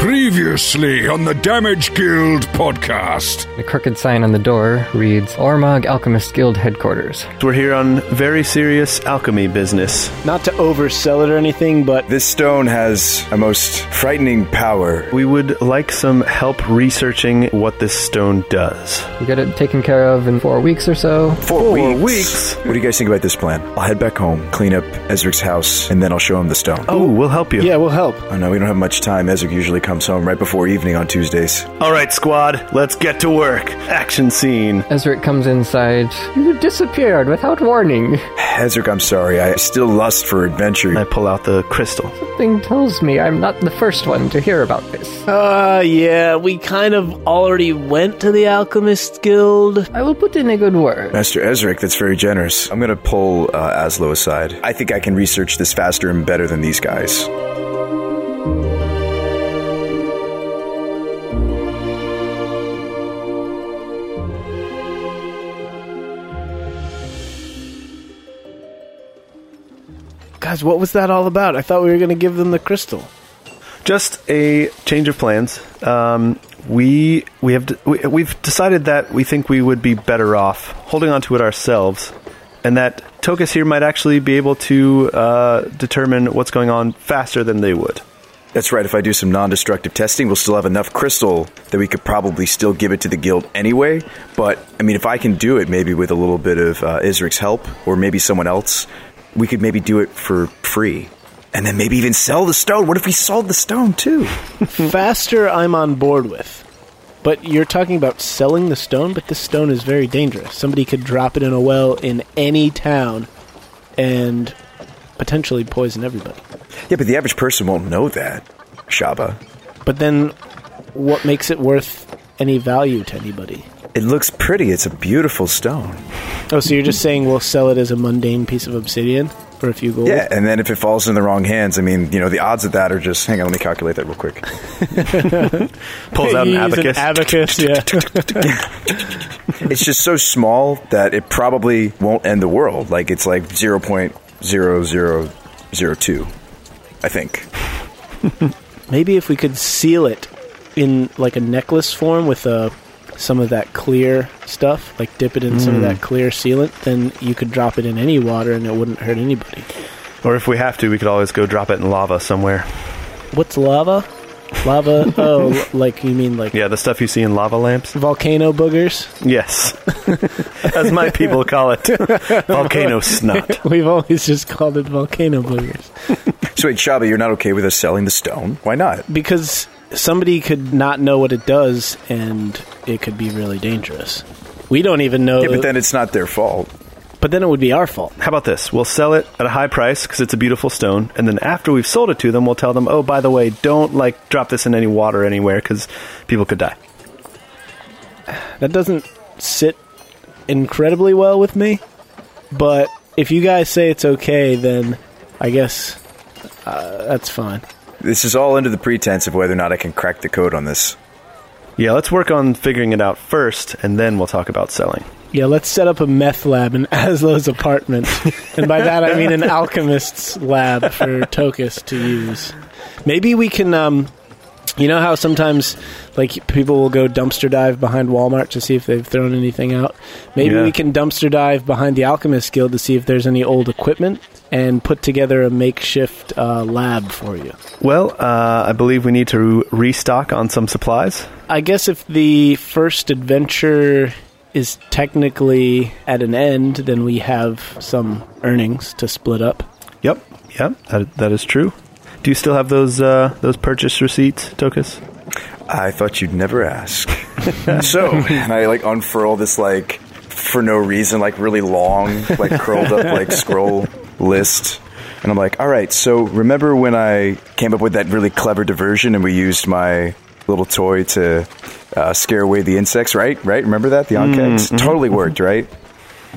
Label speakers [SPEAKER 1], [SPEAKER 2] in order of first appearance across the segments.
[SPEAKER 1] Previously on the Damage Guild podcast.
[SPEAKER 2] The crooked sign on the door reads Ormog Alchemist Guild Headquarters.
[SPEAKER 3] We're here on very serious alchemy business.
[SPEAKER 4] Not to oversell it or anything, but
[SPEAKER 5] This stone has a most frightening power.
[SPEAKER 3] We would like some help researching what this stone does.
[SPEAKER 2] You get it taken care of in four weeks or so.
[SPEAKER 5] Four,
[SPEAKER 3] weeks?
[SPEAKER 5] What do you guys think about this plan? I'll head back home, clean up Ezric's house, and then I'll show him the stone.
[SPEAKER 3] Oh, we'll help you.
[SPEAKER 4] yeah, we'll help.
[SPEAKER 5] Oh no, we don't have much time. Ezric usually comes home right before evening on Tuesdays.
[SPEAKER 3] All right, squad, let's get to work. Action scene.
[SPEAKER 2] Ezric comes inside. You disappeared without warning.
[SPEAKER 5] Ezric, I'm sorry. I still lust for
[SPEAKER 3] I
[SPEAKER 5] adventure.
[SPEAKER 3] pull out the crystal.
[SPEAKER 2] Something tells me I'm not the first one to hear about this.
[SPEAKER 4] Uh, yeah, we kind of already went to the Alchemist Guild.
[SPEAKER 2] I will put in a good word.
[SPEAKER 5] Master Ezric, that's very generous. I'm gonna pull uh, Aslo aside. I think I can research this faster and better than these guys.
[SPEAKER 4] Guys, what was that all about? I thought we were going to give them the crystal.
[SPEAKER 3] Just a change of plans. Um, we we have d- we, we've decided that we think we would be better off holding on to it ourselves, and that Tokus here might actually be able to uh, determine what's going on faster than they would.
[SPEAKER 5] That's right, if I do some non destructive testing, we'll still have enough crystal that we could probably still give it to the guild anyway. But, I mean, if I can do it maybe with a little bit of uh, Isric's help, or maybe someone else, we could maybe do it for free. And then maybe even sell the stone. What if we sold the stone too?
[SPEAKER 4] Faster, I'm on board with. But you're talking about selling the stone, but this stone is very dangerous. Somebody could drop it in a well in any town and potentially poison everybody.
[SPEAKER 5] Yeah, but the average person won't know that, Shaba.
[SPEAKER 4] But then, what makes it worth any value to anybody?
[SPEAKER 5] It looks pretty. It's a beautiful stone.
[SPEAKER 4] Oh, so you're just saying we'll sell it as a mundane piece of obsidian for a few gold?
[SPEAKER 5] Yeah, and then if it falls in the wrong hands, I mean, you know, the odds of that are just. Hang on, let me calculate that real quick.
[SPEAKER 3] Pulls out an
[SPEAKER 4] He's
[SPEAKER 3] abacus.
[SPEAKER 4] abacus, yeah.
[SPEAKER 5] it's just so small that it probably won't end the world. Like it's like zero point zero zero zero two, I think.
[SPEAKER 4] Maybe if we could seal it in like a necklace form with uh, some of that clear stuff, like dip it in some of
[SPEAKER 3] Hmm.
[SPEAKER 4] that clear sealant, then you could drop it in any water and it wouldn't hurt anybody.
[SPEAKER 3] Or if we have to, we could always go drop it in lava somewhere.
[SPEAKER 4] What's lava? Lava? oh, like you mean like
[SPEAKER 3] Yeah, the stuff you see in lava lamps?
[SPEAKER 4] volcano boogers?
[SPEAKER 3] Yes. As my people call it. Volcano snot.
[SPEAKER 4] We've always just called it volcano boogers.
[SPEAKER 5] So wait, Shaba, you're not okay with us selling the stone? Why not?
[SPEAKER 4] Because somebody could not know what it does and it could be really dangerous. We don't even know.
[SPEAKER 5] Yeah, but then it's not their fault.
[SPEAKER 4] but then it would be our fault.
[SPEAKER 3] How about this? We'll sell it at a high price because it's a beautiful stone, and then after we've sold it to them, we'll tell them, oh, by the way, don't like drop this in any water anywhere because people could die.
[SPEAKER 4] That doesn't sit incredibly well with me, but if you guys say it's okay, then I guess uh, that's fine.
[SPEAKER 5] This is all under the pretense of whether or not I can crack the code on this.
[SPEAKER 3] Yeah, let's work on figuring it out first, and then we'll talk about selling.
[SPEAKER 4] Yeah, let's set up a meth lab in Aslo's apartment. and by that I mean an alchemist's lab for Tokus to use. Maybe we can um you know how sometimes like people will go dumpster dive behind Walmart to see if they've thrown anything out? Maybe
[SPEAKER 3] Yeah.
[SPEAKER 4] we can dumpster dive behind the Alchemist Guild to see if there's any old equipment and put together a makeshift uh, lab for you.
[SPEAKER 3] Well, uh, I believe we need to restock on some supplies.
[SPEAKER 4] I guess if the first adventure is technically at an end, then we have some earnings to split up.
[SPEAKER 3] Yep, yep, that, that is true. Do you still have those uh, those purchase receipts, Tokus?
[SPEAKER 5] I thought you'd never ask. so, and I like unfurl this like for no reason, like really long, like curled up like scroll list. And I'm like, all right, so remember when I came up with that really clever diversion and we used my little toy to uh, scare away the insects, right? Right? Remember that? The on kegs? Totally worked, right?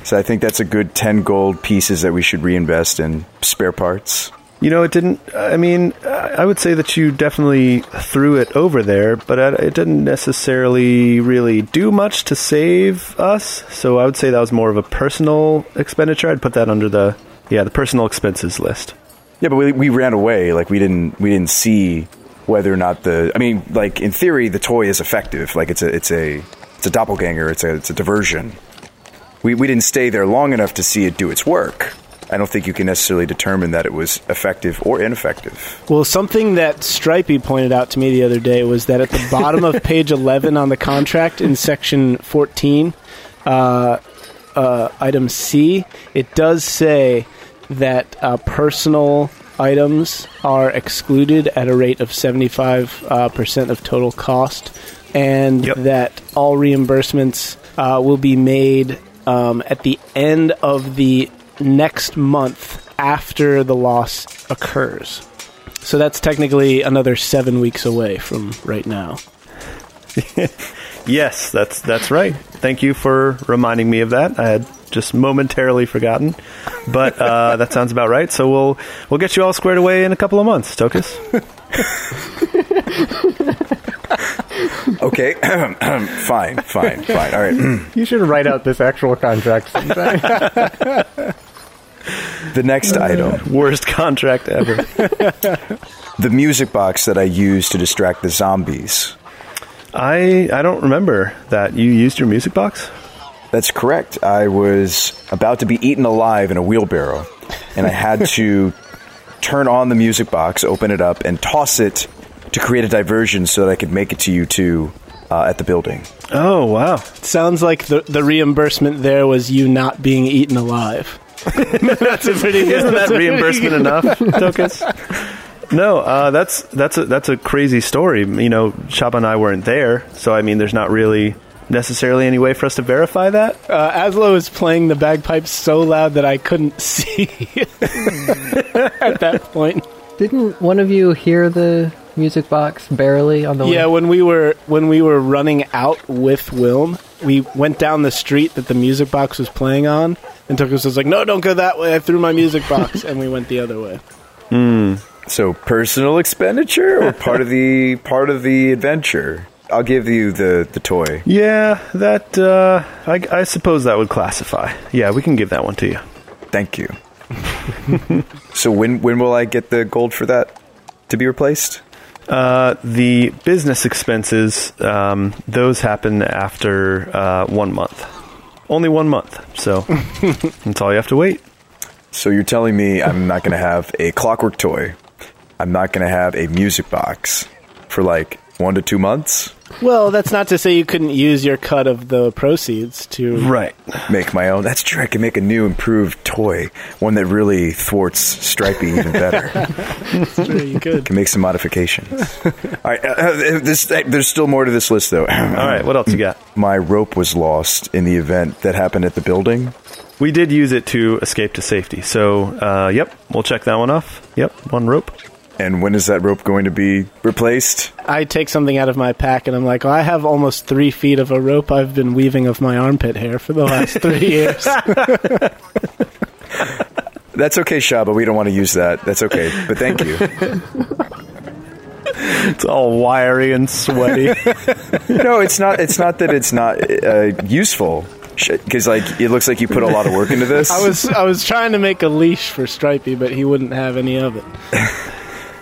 [SPEAKER 5] So I think that's a good 10 gold pieces that we should reinvest in spare parts.
[SPEAKER 3] You know, it didn't. I mean, I I would say that you definitely threw it over there, but I- it didn't necessarily really do much to save us. So I would say that was more of a personal expenditure. I'd put that under the yeah the personal expenses list.
[SPEAKER 5] Yeah, but we, we ran away. Like we didn't we didn't see whether or not the I mean, like in theory, the toy is effective. Like it's a it's a it's a doppelganger. It's a it's a diversion. We we didn't stay there long enough to see it do its work. I don't think you can necessarily determine that it was effective or ineffective.
[SPEAKER 4] Well, something that Stripey pointed out to me the other day was that at the bottom of page 11 on the contract in section 14, uh, uh, item C, it does say that uh, personal items are excluded at a rate of 75% uh, percent of total cost, and
[SPEAKER 3] Yep.
[SPEAKER 4] that all reimbursements uh, will be made um, at the end of the next month after the loss occurs. So that's technically another seven weeks away from right now.
[SPEAKER 3] Yes, that's that's right. Thank you for reminding me of that. I had just momentarily forgotten, but uh, that sounds about right. So we'll we'll get you all squared away in a couple of months, Tokus.
[SPEAKER 5] Okay, fine, fine, fine. All right.
[SPEAKER 6] You should write out this actual contract sometime.
[SPEAKER 5] The next item,
[SPEAKER 3] Worst contract ever.
[SPEAKER 5] the music box that I used to distract the zombies.
[SPEAKER 3] I I don't remember that you used your music box.
[SPEAKER 5] That's correct. I was about to be eaten alive in a wheelbarrow, and I had to turn on the music box, open it up, and toss it to create a diversion so that I could make it to you two uh, at the building.
[SPEAKER 3] Oh wow!
[SPEAKER 4] sounds like the, the reimbursement there was you not being eaten alive. that's a pretty
[SPEAKER 3] Isn't that
[SPEAKER 4] that's a pretty
[SPEAKER 3] reimbursement
[SPEAKER 4] good-
[SPEAKER 3] enough, Tokus? No, uh, that's that's a, that's a crazy story. You know, Chapa and I weren't there, so I mean, there's not really necessarily any way for us to verify that.
[SPEAKER 4] Uh, Aslo is playing the bagpipes so loud that I couldn't see at that point.
[SPEAKER 2] Didn't one of you hear the music box barely on the
[SPEAKER 4] Yeah,
[SPEAKER 2] way?
[SPEAKER 4] when we were when we were running out with Wilm, we went down the street that the music box was playing on, and Tokus was like, "No, don't go that way. I threw my music box," and we went the other way.
[SPEAKER 5] So personal expenditure or part of the part of the adventure? I'll give you the, the toy.
[SPEAKER 3] Yeah, that uh, I, I suppose that would classify. Yeah, we can give that one to you.
[SPEAKER 5] Thank you. so when when will I get the gold for that to be replaced?
[SPEAKER 3] Uh, the business expenses, um, those happen after uh, one month. Only one month, so that's all you have to wait.
[SPEAKER 5] So you're telling me I'm not going to have a clockwork toy. I'm not going to have a music box for like one to two months.
[SPEAKER 4] Well, that's not to say you couldn't use your cut of the proceeds to.
[SPEAKER 3] Right.
[SPEAKER 5] Make my own. That's true. I can make a new, improved toy, one that really thwarts Stripey even better.
[SPEAKER 4] Sure, you could.
[SPEAKER 5] can make some modifications. All right. Uh, uh, this, uh, there's still more to this list, though.
[SPEAKER 3] All right, what else you got?
[SPEAKER 5] My rope was lost in the event that happened at the building.
[SPEAKER 3] We did use it to escape to safety, so uh, yep, we'll check that one off. Yep, one rope.
[SPEAKER 5] And when is that rope going to be replaced?
[SPEAKER 4] I take something out of my pack and I'm like, I have almost three feet of a rope I've been weaving of my armpit hair for the last three years.
[SPEAKER 5] That's okay, Shaba. We don't want to use that. That's okay. But thank you.
[SPEAKER 3] It's all wiry and sweaty.
[SPEAKER 5] no, it's not. It's not that it's not uh, useful because like it looks like you put a lot of work into this.
[SPEAKER 4] I was I was trying to make a leash for Stripey, but he wouldn't have any of it.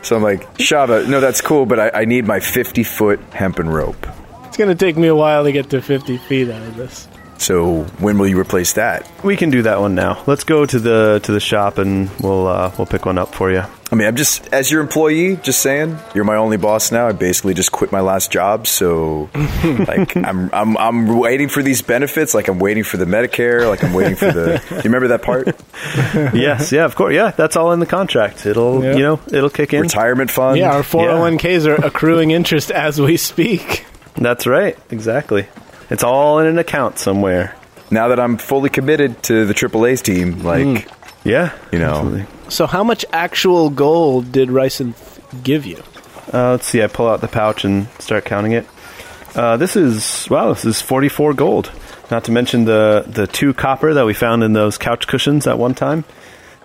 [SPEAKER 5] so I'm like Shava. No, that's cool, but I, I need my 50 foot hempen rope.
[SPEAKER 4] It's gonna take me a while to get to 50 feet out of this.
[SPEAKER 5] So when will you replace that?
[SPEAKER 3] we can do that one now. Let's go to the to the shop and we'll uh, we'll pick one up for you.
[SPEAKER 5] I mean, I'm just as your employee. Just saying, you're my only boss now. I basically just quit my last job, so like I'm I'm I'm waiting for these benefits. Like I'm waiting for the Medicare. Like I'm waiting for the. You remember that part?
[SPEAKER 3] yes, yeah, of course. Yeah, that's all in the contract. It'll
[SPEAKER 4] Yeah.
[SPEAKER 3] you know it'll kick in.
[SPEAKER 5] Retirement fund.
[SPEAKER 4] Um, Yeah, our 401ks are accruing interest as we speak.
[SPEAKER 3] That's right. Exactly. It's all in an account somewhere.
[SPEAKER 5] Now that I'm fully committed to the AAA's team, like.
[SPEAKER 4] Hmm.
[SPEAKER 3] Yeah.
[SPEAKER 5] You know.
[SPEAKER 3] absolutely.
[SPEAKER 4] So, how much actual gold did Ryson th- give you?
[SPEAKER 3] Uh, let's see. I pull out the pouch and start counting it. Uh, this is wow. This is forty-four gold. Not to mention the the two copper that we found in those couch cushions at one time,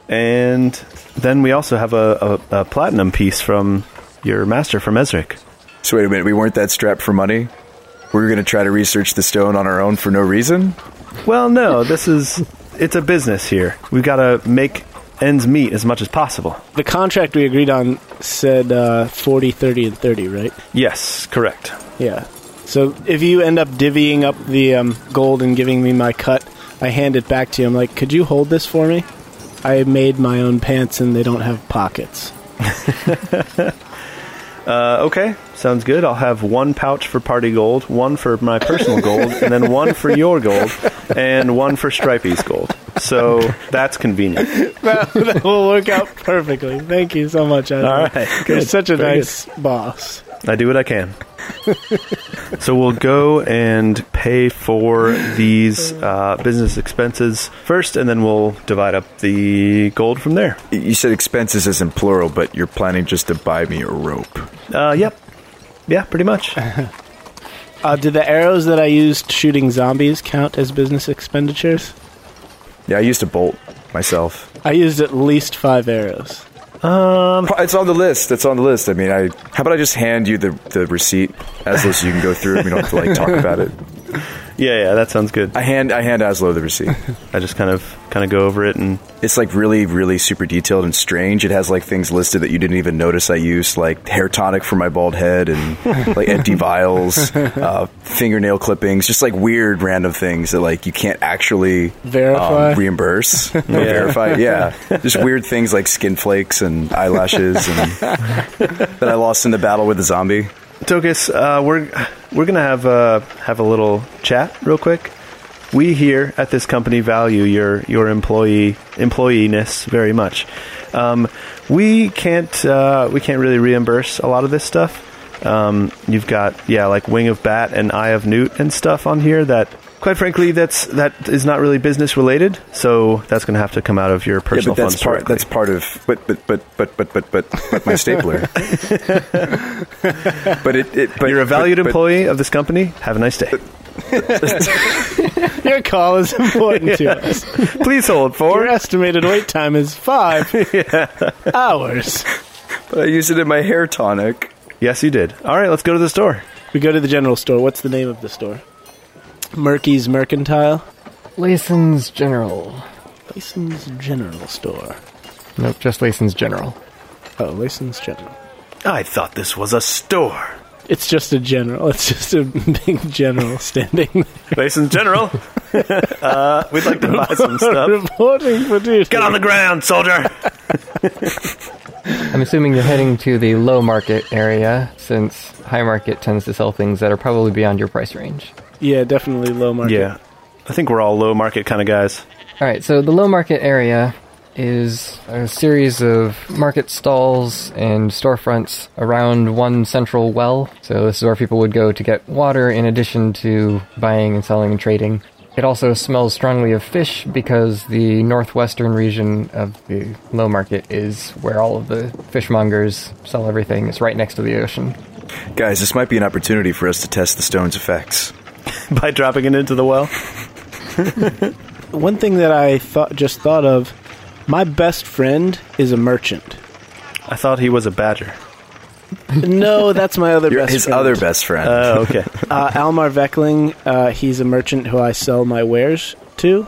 [SPEAKER 3] and then we also have a, a, a platinum piece from your master from Ezric.
[SPEAKER 5] So wait a minute, we weren't that strapped for money. We were going to try to research the stone on our own for no reason.
[SPEAKER 3] Well, no. This is it's a business here. We've got to make ends meet as much as possible.
[SPEAKER 4] The contract we agreed on said uh, 40, 30, and 30, right?
[SPEAKER 3] Yes, correct.
[SPEAKER 4] Yeah. So if you end up divvying up the um, gold and giving me my cut, I hand it back to you. I'm like, could you hold this for me? I made my own pants and they don't have pockets.
[SPEAKER 3] Uh, okay, sounds good. I'll have one pouch for party gold, one for my personal gold, and then one for your gold, and one for Stripey's gold. So that's convenient.
[SPEAKER 4] that will work out perfectly. Thank you so much, Adam.
[SPEAKER 3] All right,
[SPEAKER 4] You're such a
[SPEAKER 3] Very
[SPEAKER 4] nice boss.
[SPEAKER 3] I do what I can. so we'll go and pay for these uh, business expenses first, and then we'll divide up the gold from there.
[SPEAKER 5] You said expenses is in plural, but you're planning just to buy me a rope.
[SPEAKER 3] Uh, yep. Yeah, pretty much.
[SPEAKER 4] Uh, did the arrows that I used shooting zombies count as business expenditures?
[SPEAKER 5] Yeah, I used a bolt myself.
[SPEAKER 4] I used at least five arrows.
[SPEAKER 5] Pro- It's on the list. It's on the list. I mean, I how about I just hand you the, the receipt Aslo so you can go through it. We don't have to like talk about it.
[SPEAKER 3] Yeah, yeah, that sounds good.
[SPEAKER 5] I hand I hand Aslo the receipt.
[SPEAKER 3] I just kind of kind of go over it and
[SPEAKER 5] It's like really really super detailed and strange. It has like things listed that you didn't even notice I used, like hair tonic for my bald head and like empty vials, uh, fingernail clippings, just like weird random things that like you can't actually um,
[SPEAKER 4] Verify?
[SPEAKER 5] reimburse, or verify. Yeah, just weird things like skin flakes and eyelashes and that I lost in the battle with the zombie.
[SPEAKER 3] Tokus, uh, we're we're gonna have uh, have a little chat real quick. We here at this company value your your employee employeeness very much. Um, we can't uh, we can't really reimburse a lot of this stuff. Um, you've got yeah like wing of bat and eye of newt and stuff on here that quite frankly that's that is not really business related. So that's gonna have to come out of your
[SPEAKER 5] Yeah,
[SPEAKER 3] personal
[SPEAKER 5] but that's
[SPEAKER 3] funds.
[SPEAKER 5] part.
[SPEAKER 3] directly.
[SPEAKER 5] That's part of. But but but but but but but, but my stapler. but it. it but,
[SPEAKER 3] You're a valued
[SPEAKER 5] but- but-
[SPEAKER 3] employee of this company. Have a nice day.
[SPEAKER 4] Your call is important to us.
[SPEAKER 3] Please hold
[SPEAKER 4] Your
[SPEAKER 3] for
[SPEAKER 4] estimated wait time is five hours.
[SPEAKER 5] But I used it in my hair tonic.
[SPEAKER 3] yes you did. All right, let's go to the store.
[SPEAKER 4] We go to the general store. What's the name of the store? Murky's Mercantile.
[SPEAKER 2] Lason's General.
[SPEAKER 4] Lason's General Store.
[SPEAKER 2] Nope, just Lason's General.
[SPEAKER 4] Oh, Lason's General.
[SPEAKER 3] I thought this was a store.
[SPEAKER 4] It's just a general. It's just a big general standing
[SPEAKER 3] Mason's General. uh, we'd like to buy some
[SPEAKER 4] there
[SPEAKER 3] stuff.
[SPEAKER 4] reporting for duty.
[SPEAKER 3] Get on the ground, soldier.
[SPEAKER 2] I'm assuming you're heading to the low market area, since high market tends to sell things that are probably beyond your price range.
[SPEAKER 4] Yeah, definitely low market.
[SPEAKER 3] Yeah. I think we're all low market kind of guys.
[SPEAKER 2] All right, so the low market area is a series of market stalls and storefronts around one central well. So this is where people would go to get water in addition to buying and selling and trading. It also smells strongly of fish because the northwestern region of the low market is where all of the fishmongers sell everything. It's right next to the ocean.
[SPEAKER 5] Guys, this might be an opportunity for us to test the stone's effects.
[SPEAKER 3] By dropping it into the well.
[SPEAKER 4] One thing that I thought just thought of, my best friend is a merchant.
[SPEAKER 3] I thought he was a badger.
[SPEAKER 4] No, that's my other
[SPEAKER 5] You're
[SPEAKER 4] best
[SPEAKER 5] his
[SPEAKER 4] friend.
[SPEAKER 5] other best friend.
[SPEAKER 3] Oh, okay.
[SPEAKER 4] uh, Almar Veckling, uh, he's a merchant who I sell my wares to.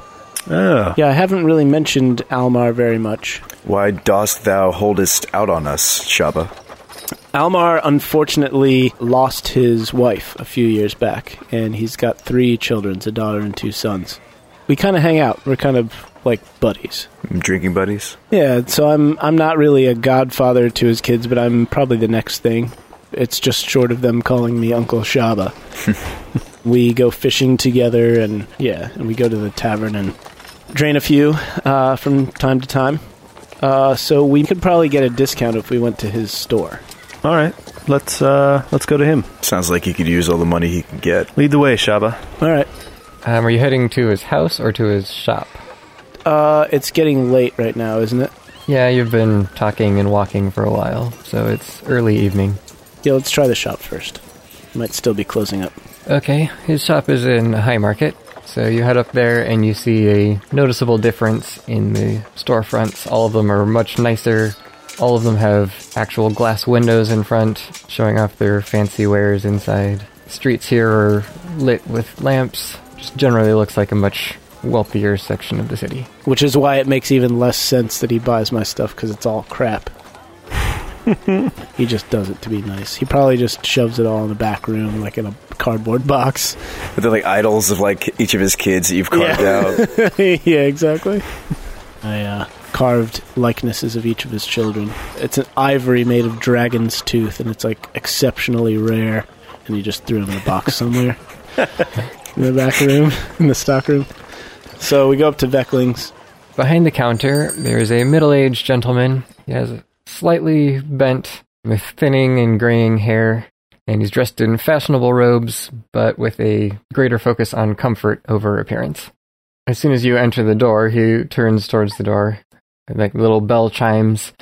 [SPEAKER 3] Oh.
[SPEAKER 4] Yeah, I haven't really mentioned Almar very much.
[SPEAKER 5] Why dost thou holdest out on us, Shaba?
[SPEAKER 4] Almar unfortunately lost his wife a few years back, and he's got three children a daughter and two sons. We kind of hang out. We're kind of like buddies.
[SPEAKER 5] Drinking buddies?
[SPEAKER 4] Yeah, so I'm I'm not really a godfather to his kids, but I'm probably the next thing. It's just short of them calling me Uncle Shaba. we go fishing together, and yeah, and we go to the tavern and drain a few uh, from time to time. Uh, so we could probably get a discount if we went to his store.
[SPEAKER 3] All right. Let's uh, let's go to him.
[SPEAKER 5] Sounds like he could use all the money he can get.
[SPEAKER 3] Lead the way, Shaba.
[SPEAKER 4] All right.
[SPEAKER 2] Um, are you heading to his house or to his shop?
[SPEAKER 4] Uh, it's getting late right now, isn't it?
[SPEAKER 2] Yeah, you've been talking and walking for a while, so it's early evening.
[SPEAKER 4] Yeah, let's try the shop first. Might still be closing up.
[SPEAKER 2] Okay, his shop is in High Market. So you head up there and you see a noticeable difference in the storefronts. All of them are much nicer. All of them have actual glass windows in front, showing off their fancy wares inside. Streets here are lit with lamps. Just generally looks like a much wealthier section of the city.
[SPEAKER 4] Which is why it makes even less sense that he buys my stuff because it's all crap. he just does it to be nice. He probably just shoves it all in the back room, like in a cardboard box.
[SPEAKER 5] But they're like idols of like each of his kids that you've carved out.
[SPEAKER 4] yeah, exactly. I uh, carved likenesses of each of his children. It's an ivory made of dragon's tooth, and it's like exceptionally rare. And he just threw them in a box somewhere in the back room, in the stock room. So we go up to Veckling's.
[SPEAKER 2] Behind the counter, there is a middle aged gentleman. He has slightly bent, with thinning and graying hair, and he's dressed in fashionable robes, but with a greater focus on comfort over appearance. As soon as you enter the door, he turns towards the door, and, like little bell chimes,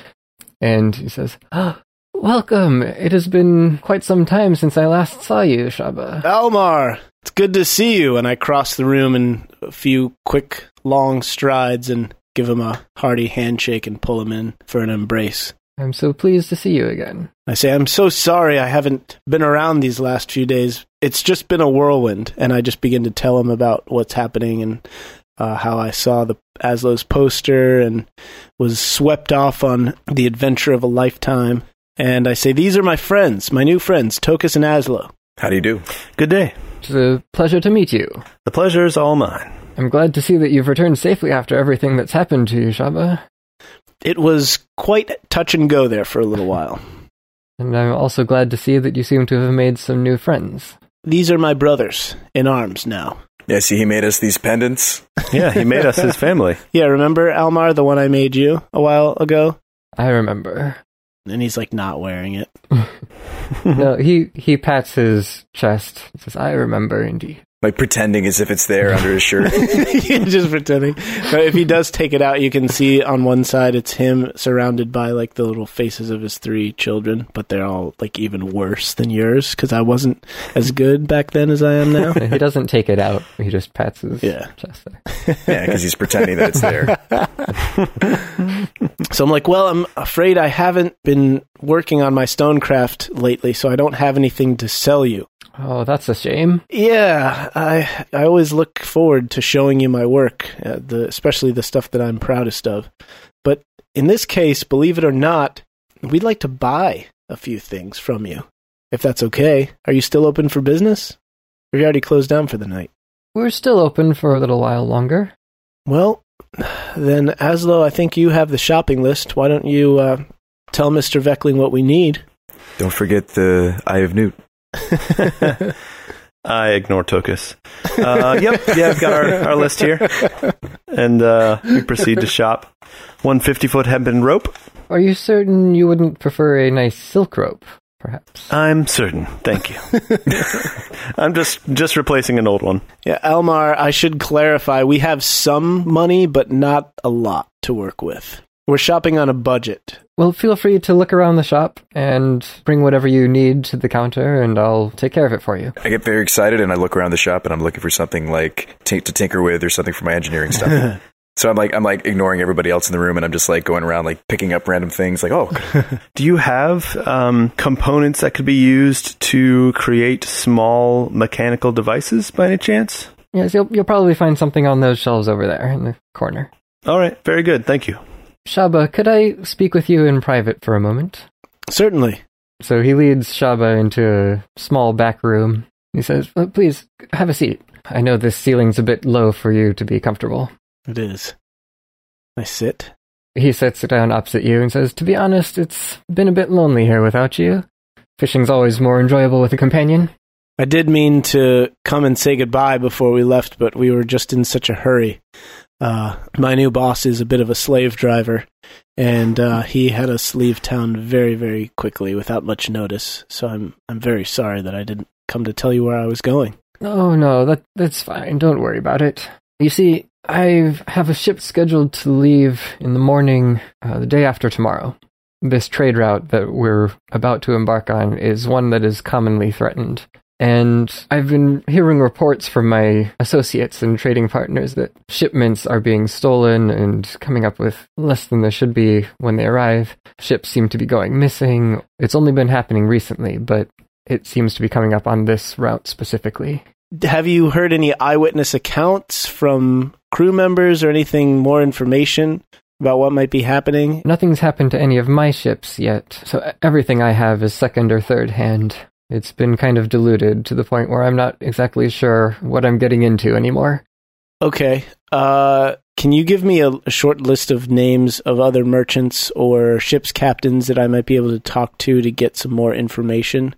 [SPEAKER 2] and he says, "Ah, Welcome! It has been quite some time since I last saw you, Shaba.
[SPEAKER 4] Almar, it's good to see you. And I cross the room in a few quick, long strides and give him a hearty handshake and pull him in for an embrace.
[SPEAKER 2] I'm so pleased to see you again.
[SPEAKER 4] I say, I'm so sorry I haven't been around these last few days. It's just been a whirlwind. And I just begin to tell him about what's happening and uh, how I saw the Aslo's poster and was swept off on the adventure of a lifetime. And I say, These are my friends, my new friends, Tokus and Aslo.
[SPEAKER 5] How do you do?
[SPEAKER 3] Good day.
[SPEAKER 2] It's a pleasure to meet you.
[SPEAKER 3] The pleasure is all mine.
[SPEAKER 2] I'm glad to see that you've returned safely after everything that's happened to you, Shaba.
[SPEAKER 4] It was quite touch and go there for a little while.
[SPEAKER 2] And I'm also glad to see that you seem to have made some new friends.
[SPEAKER 4] These are my brothers in arms now.
[SPEAKER 5] Yeah, see, he made us these pendants.
[SPEAKER 3] Yeah, he made us his family.
[SPEAKER 4] Yeah, remember Almar, the one I made you a while ago?
[SPEAKER 2] I remember.
[SPEAKER 4] And he's like not wearing it.
[SPEAKER 2] no, he, he pats his chest and says, I remember indeed.
[SPEAKER 5] Like pretending as if it's there under his shirt.
[SPEAKER 4] Just pretending. But if he does take it out, you can see on one side it's him surrounded by like the little faces of his three children, but they're all like even worse than yours because I wasn't as good back then as I am now.
[SPEAKER 2] he doesn't take it out, he just pats his
[SPEAKER 4] Yeah.
[SPEAKER 2] chest. There.
[SPEAKER 5] yeah, because he's pretending that it's there.
[SPEAKER 4] So I'm like, well, I'm afraid I haven't been working on my stonecraft lately, so I don't have anything to sell you.
[SPEAKER 2] Oh, that's a shame.
[SPEAKER 4] Yeah, I I always look forward to showing you my work, uh, the especially the stuff that I'm proudest of. But in this case, believe it or not, we'd like to buy a few things from you, if that's okay. Are you still open for business? Or you already closed down for the night?
[SPEAKER 2] We're still open for a little while longer.
[SPEAKER 4] Well, then, Aslo, I think you have the shopping list. Why don't you uh, tell Mister Veckling what we need?
[SPEAKER 5] Don't forget the Eye of Newt.
[SPEAKER 3] I ignore Tokus. Uh, yep, yeah, I've got our, our list here. And uh, we proceed to shop. One 50 foot hempen rope.
[SPEAKER 2] Are you certain you wouldn't prefer a nice silk rope, perhaps?
[SPEAKER 3] I'm certain. Thank you. I'm just just replacing an old one.
[SPEAKER 4] Yeah, Elmar, I should clarify we have some money, but not a lot to work with. We're shopping on a budget.
[SPEAKER 2] Well, feel free to look around the shop and bring whatever you need to the counter, and I'll take care of it for you.
[SPEAKER 5] I get very excited and I look around the shop and I'm looking for something like t- to tinker with or something for my engineering stuff. so I'm like I'm like ignoring everybody else in the room and I'm just like going around like picking up random things like oh
[SPEAKER 3] Do you have um, components that could be used to create small mechanical devices by any chance?
[SPEAKER 2] Yes, you'll, you'll probably find something on those shelves over there in the corner.
[SPEAKER 3] All right, very good. Thank you.
[SPEAKER 2] Shaba, could I speak with you in private for a moment?
[SPEAKER 4] Certainly.
[SPEAKER 2] So he leads Shaba into a small back room. He says, "Uh, Please, have a seat. I know this ceiling's a bit low for you to be comfortable.
[SPEAKER 4] It is. I sit.
[SPEAKER 2] He sits down opposite you and says, To be honest, it's been a bit lonely here without you. Fishing's always more enjoyable with a companion.
[SPEAKER 4] I did mean to come and say goodbye before we left, but we were just in such a hurry. Uh, my new boss is a bit of a slave driver, and uh, he had us leave town very, very quickly without much notice. So I'm, I'm very sorry that I didn't come to tell you where I was going.
[SPEAKER 2] Oh no, that that's fine. Don't worry about it. You see, I have a ship scheduled to leave in the morning, uh, the day after tomorrow. This trade route that we're about to embark on is one that is commonly threatened. And I've been hearing reports from my associates and trading partners that shipments are being stolen and coming up with less than there should be when they arrive. Ships seem to be going missing. It's only been happening recently, but it seems to be coming up on this route specifically.
[SPEAKER 4] have you heard any eyewitness accounts from crew members or anything more information about what might be happening?
[SPEAKER 2] Nothing's happened to any of my ships yet, so e-, everything I have is second or third hand. It's been kind of diluted to the point where I'm not exactly sure what I'm getting into anymore.
[SPEAKER 4] Okay. Uh, can you give me a, a short list of names of other merchants or ships captains that I might be able to talk to to get some more information?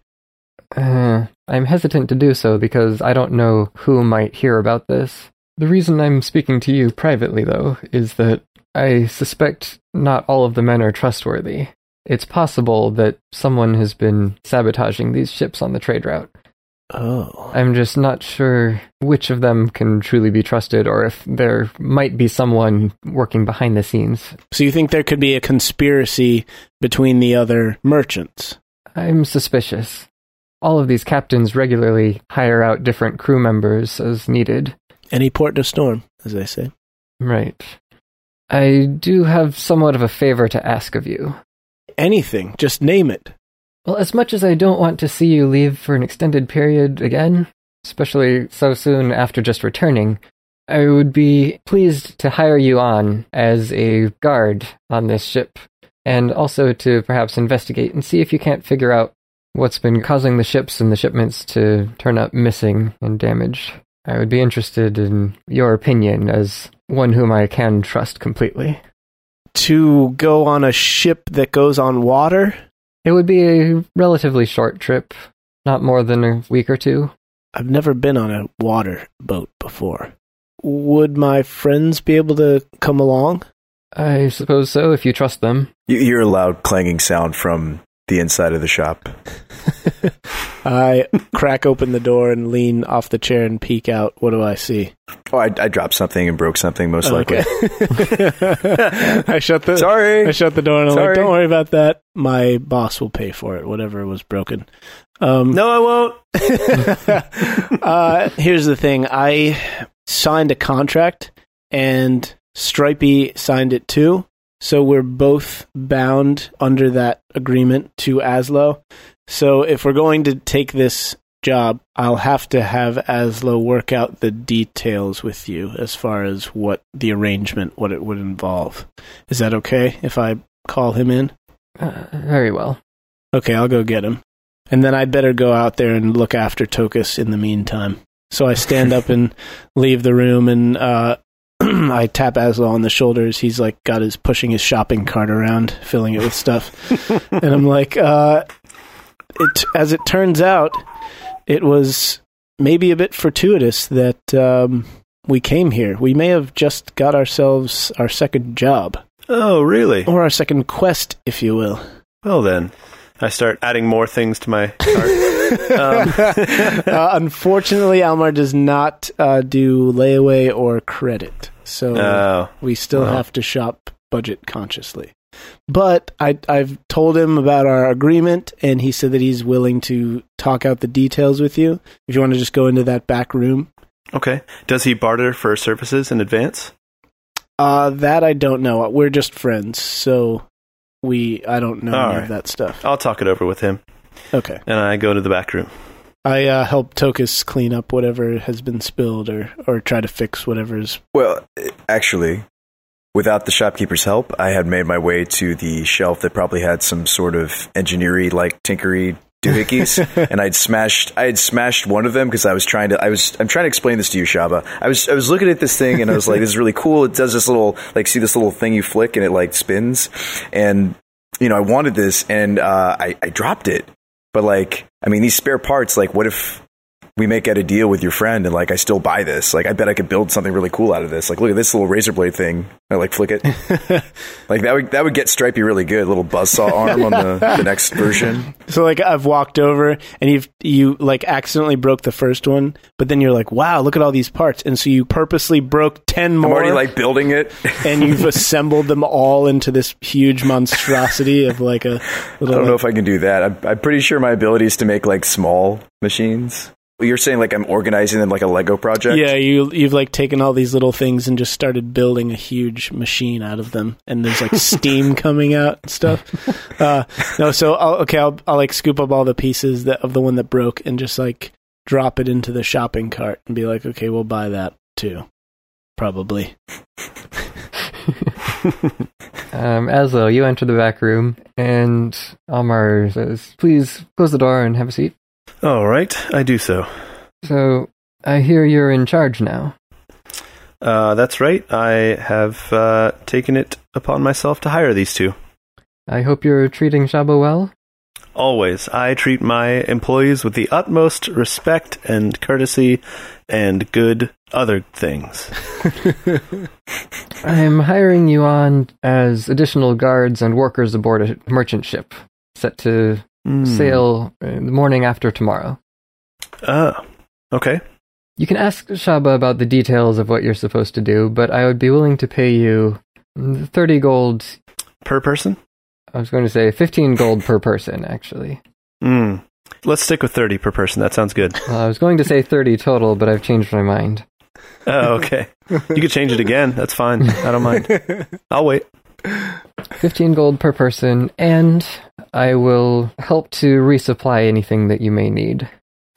[SPEAKER 2] Uh, I'm hesitant to do so because I don't know who might hear about this. The reason I'm speaking to you privately, though, is that I suspect not all of the men are trustworthy. It's possible that someone has been sabotaging these ships on the trade route.
[SPEAKER 4] Oh.
[SPEAKER 2] I'm just not sure which of them can truly be trusted or if there might be someone working behind the scenes.
[SPEAKER 4] So you think there could be a conspiracy between the other merchants?
[SPEAKER 2] I'm suspicious. All of these captains regularly hire out different crew members as needed.
[SPEAKER 4] Any port in a storm, as they say.
[SPEAKER 2] Right. I do have somewhat of a favor to ask of you.
[SPEAKER 4] Anything, just name it.
[SPEAKER 2] Well, as much as I don't want to see you leave for an extended period again, especially so soon after just returning, I would be pleased to hire you on as a guard on this ship, and also to perhaps investigate and see if you can't figure out what's been causing the ships and the shipments to turn up missing and damaged. I would be interested in your opinion as one whom I can trust completely.
[SPEAKER 4] To go on a ship that goes on water?
[SPEAKER 2] It would be a relatively short trip, not more than a week or two.
[SPEAKER 4] I've never been on a water boat before. Would my friends be able to come along?
[SPEAKER 2] I suppose so, if you trust them.
[SPEAKER 5] You hear a loud clanging sound from the inside of the shop.
[SPEAKER 4] I crack open the door and lean off the chair and peek out. What do I see?
[SPEAKER 5] Oh, I, I dropped something and broke something, most likely.
[SPEAKER 4] I shut the I
[SPEAKER 5] Sorry.
[SPEAKER 4] shut the door and I'm
[SPEAKER 5] Sorry.
[SPEAKER 4] like, "Don't worry about that. My boss will pay for it. Whatever was broken." Um,
[SPEAKER 3] No, I won't.
[SPEAKER 4] uh, here's the thing. I signed a contract, and Stripey signed it too. So we're both bound under that agreement to Aslo. So if we're going to take this job, I'll have to have Aslo work out the details with you as far as what the arrangement, what it would involve. Is that okay if I call him in?
[SPEAKER 2] Uh, very well.
[SPEAKER 4] Okay, I'll go get him. And then I'd better go out there and look after Tokus in the meantime. So I stand up and leave the room and uh, I tap Asla on the shoulders. He's like got his pushing his shopping cart around, filling it with stuff. and I'm like, uh, it as it turns out, it was maybe a bit fortuitous that um, we came here. We may have just got ourselves our second job
[SPEAKER 3] Oh, really?
[SPEAKER 4] or our second quest, if you will.
[SPEAKER 3] Well, then. I start adding more things to my
[SPEAKER 4] uh, unfortunately, Almar does not uh, do layaway or credit, so
[SPEAKER 3] Oh.
[SPEAKER 4] we still
[SPEAKER 3] well.
[SPEAKER 4] have to shop budget consciously. But I, I've told him about our agreement, and he said that he's willing to talk out the details with you. If you want to just go into that back room,
[SPEAKER 3] Okay. Does he barter for services in advance?
[SPEAKER 4] uh, that I don't know. We're just friends, so we I don't know
[SPEAKER 3] All
[SPEAKER 4] any
[SPEAKER 3] right.
[SPEAKER 4] of that stuff.
[SPEAKER 3] I'll talk it over with him.
[SPEAKER 4] Okay,
[SPEAKER 3] And I go to the back room.
[SPEAKER 4] I uh, help Tokus clean up whatever has been spilled, or or try to fix whatever's
[SPEAKER 5] Well, actually, without the shopkeeper's help, I had made my way to the shelf that probably had some sort of engineering like tinkery doohickeys, and I'd smashed I had smashed one of them because I was trying to I was I'm trying to explain this to you, Shaba. I was I was looking at this thing and I was like, this is really cool. It does this little like see this little thing you flick and it like spins, and you know I wanted this and uh, I I dropped it, but like I mean these spare parts like what if we make out a deal with your friend and like I still buy this. Like I bet I could build something really cool out of this. Like look at this little razor blade thing. I like flick it. like that would that would get Stripey really good. Little buzzsaw arm on the, the next version.
[SPEAKER 4] So like I've walked over and you've you like accidentally broke the first one, but then you're like, wow, look at all these parts, and so you purposely broke ten
[SPEAKER 5] I'm
[SPEAKER 4] more,
[SPEAKER 5] already like building it.
[SPEAKER 4] and you've assembled them all into this huge monstrosity of like a
[SPEAKER 5] I
[SPEAKER 4] little.
[SPEAKER 5] don't know if I can do that. I'm, I'm pretty sure my ability is to make like small machines. You're saying like I'm organizing them like a Lego project.
[SPEAKER 4] yeah, you you've like taken all these little things and just started building a huge machine out of them, and there's like steam coming out and stuff. Uh, no, so I'll, okay, I'll I'll like scoop up all the pieces that of the one that broke and just like drop it into the shopping cart and be like, okay, we'll buy that too. Probably.
[SPEAKER 2] Um, Aslo, you enter the back room, and Almar says, "Please close the door and have a seat."
[SPEAKER 3] All right, I do so.
[SPEAKER 2] So I hear you're in charge now.
[SPEAKER 3] Uh, that's right. I have uh, taken it upon myself to hire these two.
[SPEAKER 2] I hope you're treating Shabo well.
[SPEAKER 3] Always, I treat my employees with the utmost respect and courtesy and good other things.
[SPEAKER 2] I'm hiring you on as additional guards and workers aboard a merchant ship set to
[SPEAKER 3] Hmm.
[SPEAKER 2] sail uh, the morning after tomorrow.
[SPEAKER 3] Ah, okay.
[SPEAKER 2] You can ask Shaba about the details of what you're supposed to do, but I would be willing to pay you 30 gold.
[SPEAKER 3] Per person?
[SPEAKER 2] I was going to say 15 gold per person, actually.
[SPEAKER 3] Mm. Let's stick with 30 per person. That sounds good.
[SPEAKER 2] Well, I was going to say 30 total, but I've changed my mind.
[SPEAKER 3] Oh, okay. You could change it again. That's fine. I don't mind. I'll wait.
[SPEAKER 2] 15 gold per person, and I will help to resupply anything that you may need.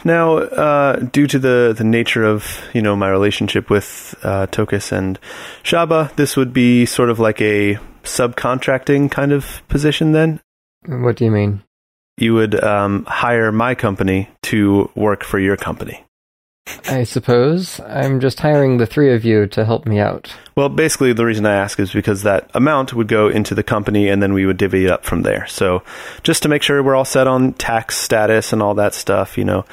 [SPEAKER 3] Now, uh, due to the, the nature of you know my relationship with uh, Tokus and Shaba, this would be sort of like a subcontracting kind of position. Then
[SPEAKER 2] What do you mean?
[SPEAKER 3] you would um, hire my company to work for your company.
[SPEAKER 2] I suppose I'm just hiring the three of you to help me out.
[SPEAKER 3] Well, basically, the reason I ask is because that amount would go into the company, and then we would divvy it up from there. So, just to make sure we're all set on tax status and all that stuff, you know,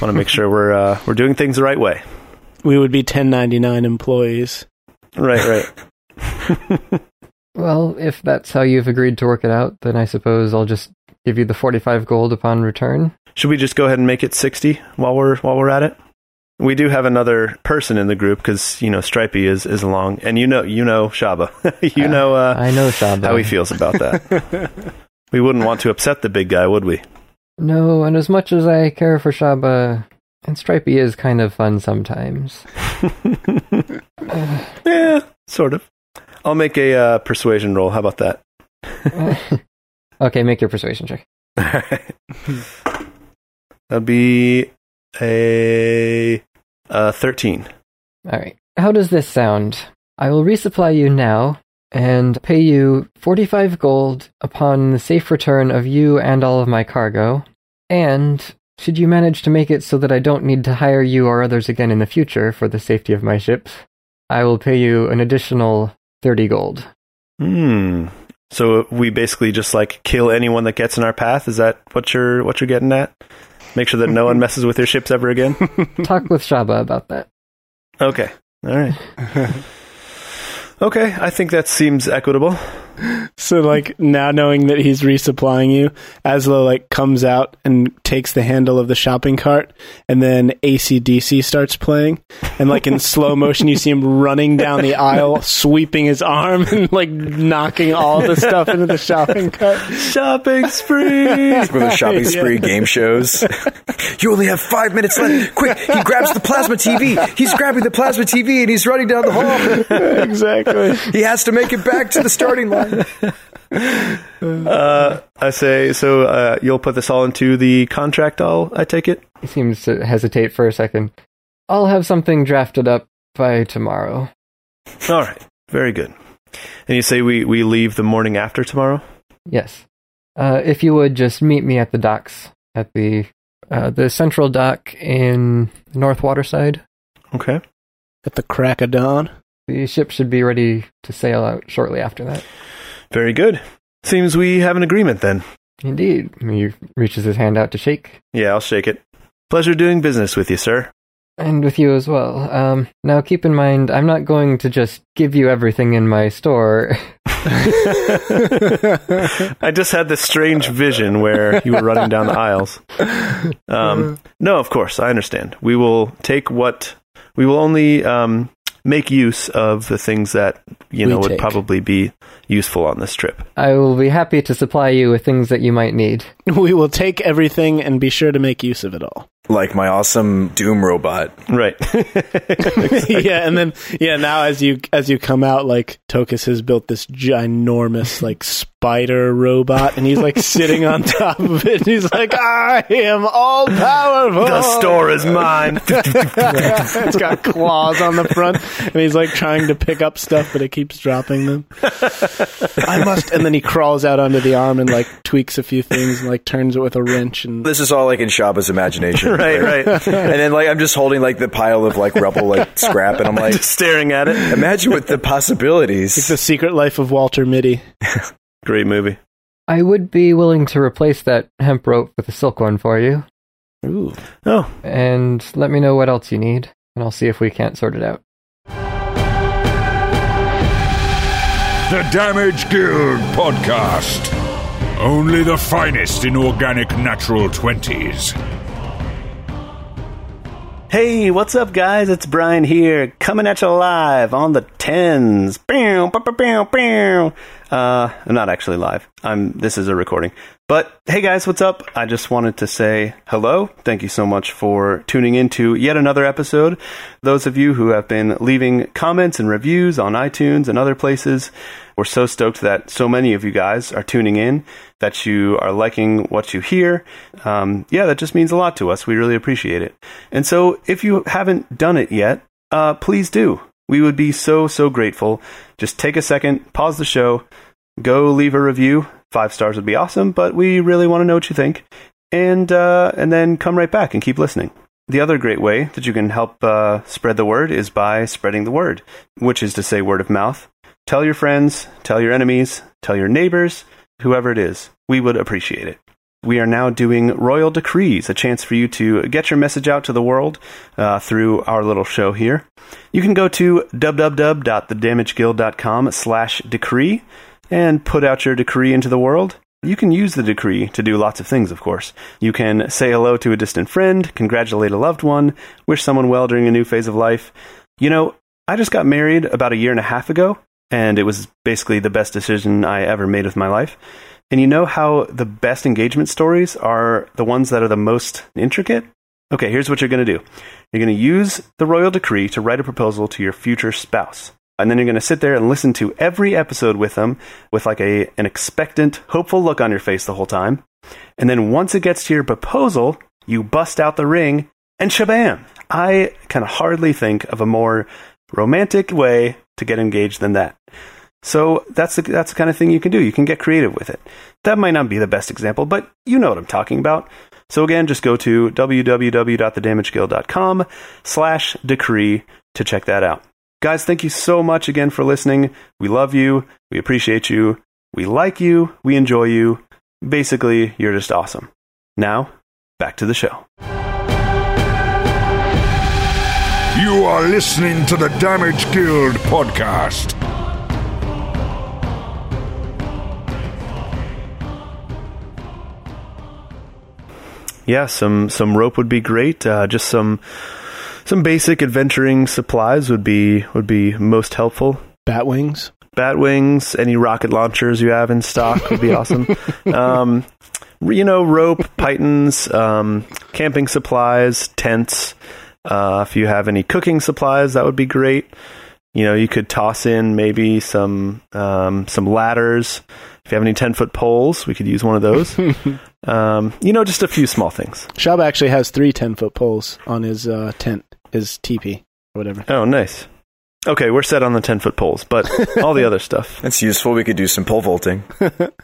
[SPEAKER 3] want to make sure we're uh, we're doing things the right way.
[SPEAKER 4] we would be 1099 employees.
[SPEAKER 3] Right, right.
[SPEAKER 2] Well, if that's how you've agreed to work it out, then I suppose I'll just give you the 45 gold upon return.
[SPEAKER 3] Should we just go ahead and make it 60 while we're while we're at it? We do have another person in the group because you know Stripey is is along, and you know you know Shaba, you
[SPEAKER 2] Yeah,
[SPEAKER 3] know uh,
[SPEAKER 2] I know Shaba.
[SPEAKER 3] how he feels about that. we wouldn't want to upset the big guy, would we?
[SPEAKER 2] No, and as much as I care for Shaba, and Stripey is kind of fun sometimes.
[SPEAKER 3] yeah, sort of. I'll make a uh, persuasion roll. How about that?
[SPEAKER 2] okay, make your persuasion check.
[SPEAKER 3] That'd be a, uh thirteen.
[SPEAKER 2] All right. How does this sound? I will resupply you now and pay you 45 gold upon the safe return of you and all of my cargo. And should you manage to make it so that I don't need to hire you or others again in the future for the safety of my ships, I will pay you an additional 30 gold.
[SPEAKER 3] Hmm. So we basically just like kill anyone that gets in our path. Is that what you're what you're getting at? Make sure that no one messes with your ships ever again.
[SPEAKER 2] Talk with Shaba about that.
[SPEAKER 3] Okay. All right. Okay, I think that seems equitable.
[SPEAKER 4] So like now knowing that he's resupplying you, Aslo like comes out and takes the handle of the shopping cart and then ACDC starts playing and like in slow motion you see him running down the aisle sweeping his arm and like knocking all the stuff into the shopping cart.
[SPEAKER 3] Shopping spree.
[SPEAKER 5] With the shopping
[SPEAKER 4] Yeah.
[SPEAKER 5] spree game shows. you only have five minutes left. Quick, he grabs the plasma TV. He's grabbing the plasma TV and he's running down the hall.
[SPEAKER 4] exactly.
[SPEAKER 5] He has to make it back to the starting line.
[SPEAKER 3] uh, I say so. Uh, you'll put this all into the contract. All I take it.
[SPEAKER 2] He seems to hesitate for a second. I'll have something drafted up by tomorrow.
[SPEAKER 3] All right. Very good. And you say we we leave the morning after tomorrow.
[SPEAKER 2] Yes. Uh, if you would just meet me at the docks at the uh, the central dock in North Waterside.
[SPEAKER 3] Okay.
[SPEAKER 4] At the crack of dawn.
[SPEAKER 2] The ship should be ready to sail out shortly after that.
[SPEAKER 3] Very good. Seems we have an agreement then.
[SPEAKER 2] Indeed. He reaches his hand out to shake.
[SPEAKER 3] Yeah, I'll shake it. Pleasure doing business with you, sir.
[SPEAKER 2] And with you as well. Um, now keep in mind, I'm not going to just give you everything in my store.
[SPEAKER 3] I just had this strange vision where you were running down the aisles. Um, no, of course, I understand. We will take what we will only um, make use of the things that you
[SPEAKER 4] We
[SPEAKER 3] know would
[SPEAKER 4] take.
[SPEAKER 3] probably be useful on this trip.
[SPEAKER 2] I will be happy to supply you with things that you might need.
[SPEAKER 4] We will take everything and be sure to make use of it all.
[SPEAKER 5] like my awesome Doom robot.
[SPEAKER 3] Right.
[SPEAKER 4] yeah, and then yeah, now as you as you come out, like Tokus has built this ginormous like spider robot, and he's like sitting on top of it, and he's like, "I am all powerful."
[SPEAKER 3] the store is mine.
[SPEAKER 4] It's got claws on the front, and he's like trying to pick up stuff, but it keeps dropping them. I must, and then he crawls out onto the arm and like tweaks a few things, and like turns it with a wrench, and
[SPEAKER 5] This is all like in Shaba's imagination.
[SPEAKER 3] right, right.
[SPEAKER 5] And then like I'm just holding like the pile of like rubble like scrap and I'm like
[SPEAKER 3] Just staring at it.
[SPEAKER 5] imagine what the possibilities.
[SPEAKER 4] the secret life of Walter Mitty.
[SPEAKER 3] Great movie.
[SPEAKER 2] I would be willing to replace that hemp rope with a silk one for you,
[SPEAKER 4] Ooh.
[SPEAKER 3] Oh,
[SPEAKER 2] and let me know what else you need, and I'll see if we can't sort it out.
[SPEAKER 1] The Damage Guild Podcast. Only the finest in organic natural 20s.
[SPEAKER 3] Hey, what's up, guys? It's Brian here, coming at you live on the tens. Pew, pew, pew, pew, pew. Uh, I'm not actually live. I'm. This is a recording. But hey, guys, what's up? I just wanted to say hello. Thank you so much for tuning in to yet another episode. Those of you who have been leaving comments and reviews on iTunes and other places, we're so stoked that so many of you guys are tuning in, that you are liking what you hear. Um, yeah, that just means a lot to us. We really appreciate it. And so, if you haven't done it yet, uh, please do. We would be so, so grateful. Just take a second, pause the show, go leave a review. Five stars would be awesome, but we really want to know what you think. And, uh, and then come right back and keep listening. The other great way that you can help uh, spread the word is by spreading the word, which is to say, word of mouth. Tell your friends, tell your enemies, tell your neighbors, whoever it is. We would appreciate it. We are now doing Royal Decrees, a chance for you to get your message out to the world uh, through our little show here. You can go to www.thedamageguild.com slash decree and put out your decree into the world. You can use the decree to do lots of things, of course. You can say hello to a distant friend, congratulate a loved one, wish someone well during a new phase of life. You know, I just got married about a year and a half ago, and it was basically the best decision I ever made with my life. And you know how the best engagement stories are the ones that are the most intricate? Okay, here's what you're going to do you're going to use the royal decree to write a proposal to your future spouse. And then you're going to sit there and listen to every episode with them with like a, an expectant, hopeful look on your face the whole time. And then once it gets to your proposal, you bust out the ring and shabam! I can hardly think of a more romantic way to get engaged than that. So that's the, that's the kind of thing you can do. You can get creative with it. That might not be the best example, but you know what I'm talking about. So again, just go to www.thedamageguild.com slash decree to check that out. Guys, thank you so much again for listening. We love you. We appreciate you. We like you. We enjoy you. Basically, you're just awesome. Now, back to the show.
[SPEAKER 1] You are listening to the Damage Guild Podcast.
[SPEAKER 3] Yeah, some some rope would be great. Uh, just some some basic adventuring supplies would be would be most helpful.
[SPEAKER 4] Bat wings.
[SPEAKER 3] bat wings, any rocket launchers you have in stock would be awesome. um, you know, rope, pythons, um, camping supplies, tents. Uh, if you have any cooking supplies, that would be great. You know, you could toss in maybe some um, some ladders. If you have any ten foot poles, we could use one of those. um, you know, just a few small things.
[SPEAKER 4] Shab actually has three 10 foot poles on his uh, tent, his teepee, or whatever.
[SPEAKER 3] Oh, nice. Okay, we're set on the ten foot poles, but all the other stuff.
[SPEAKER 5] That's useful. We could do some pole vaulting.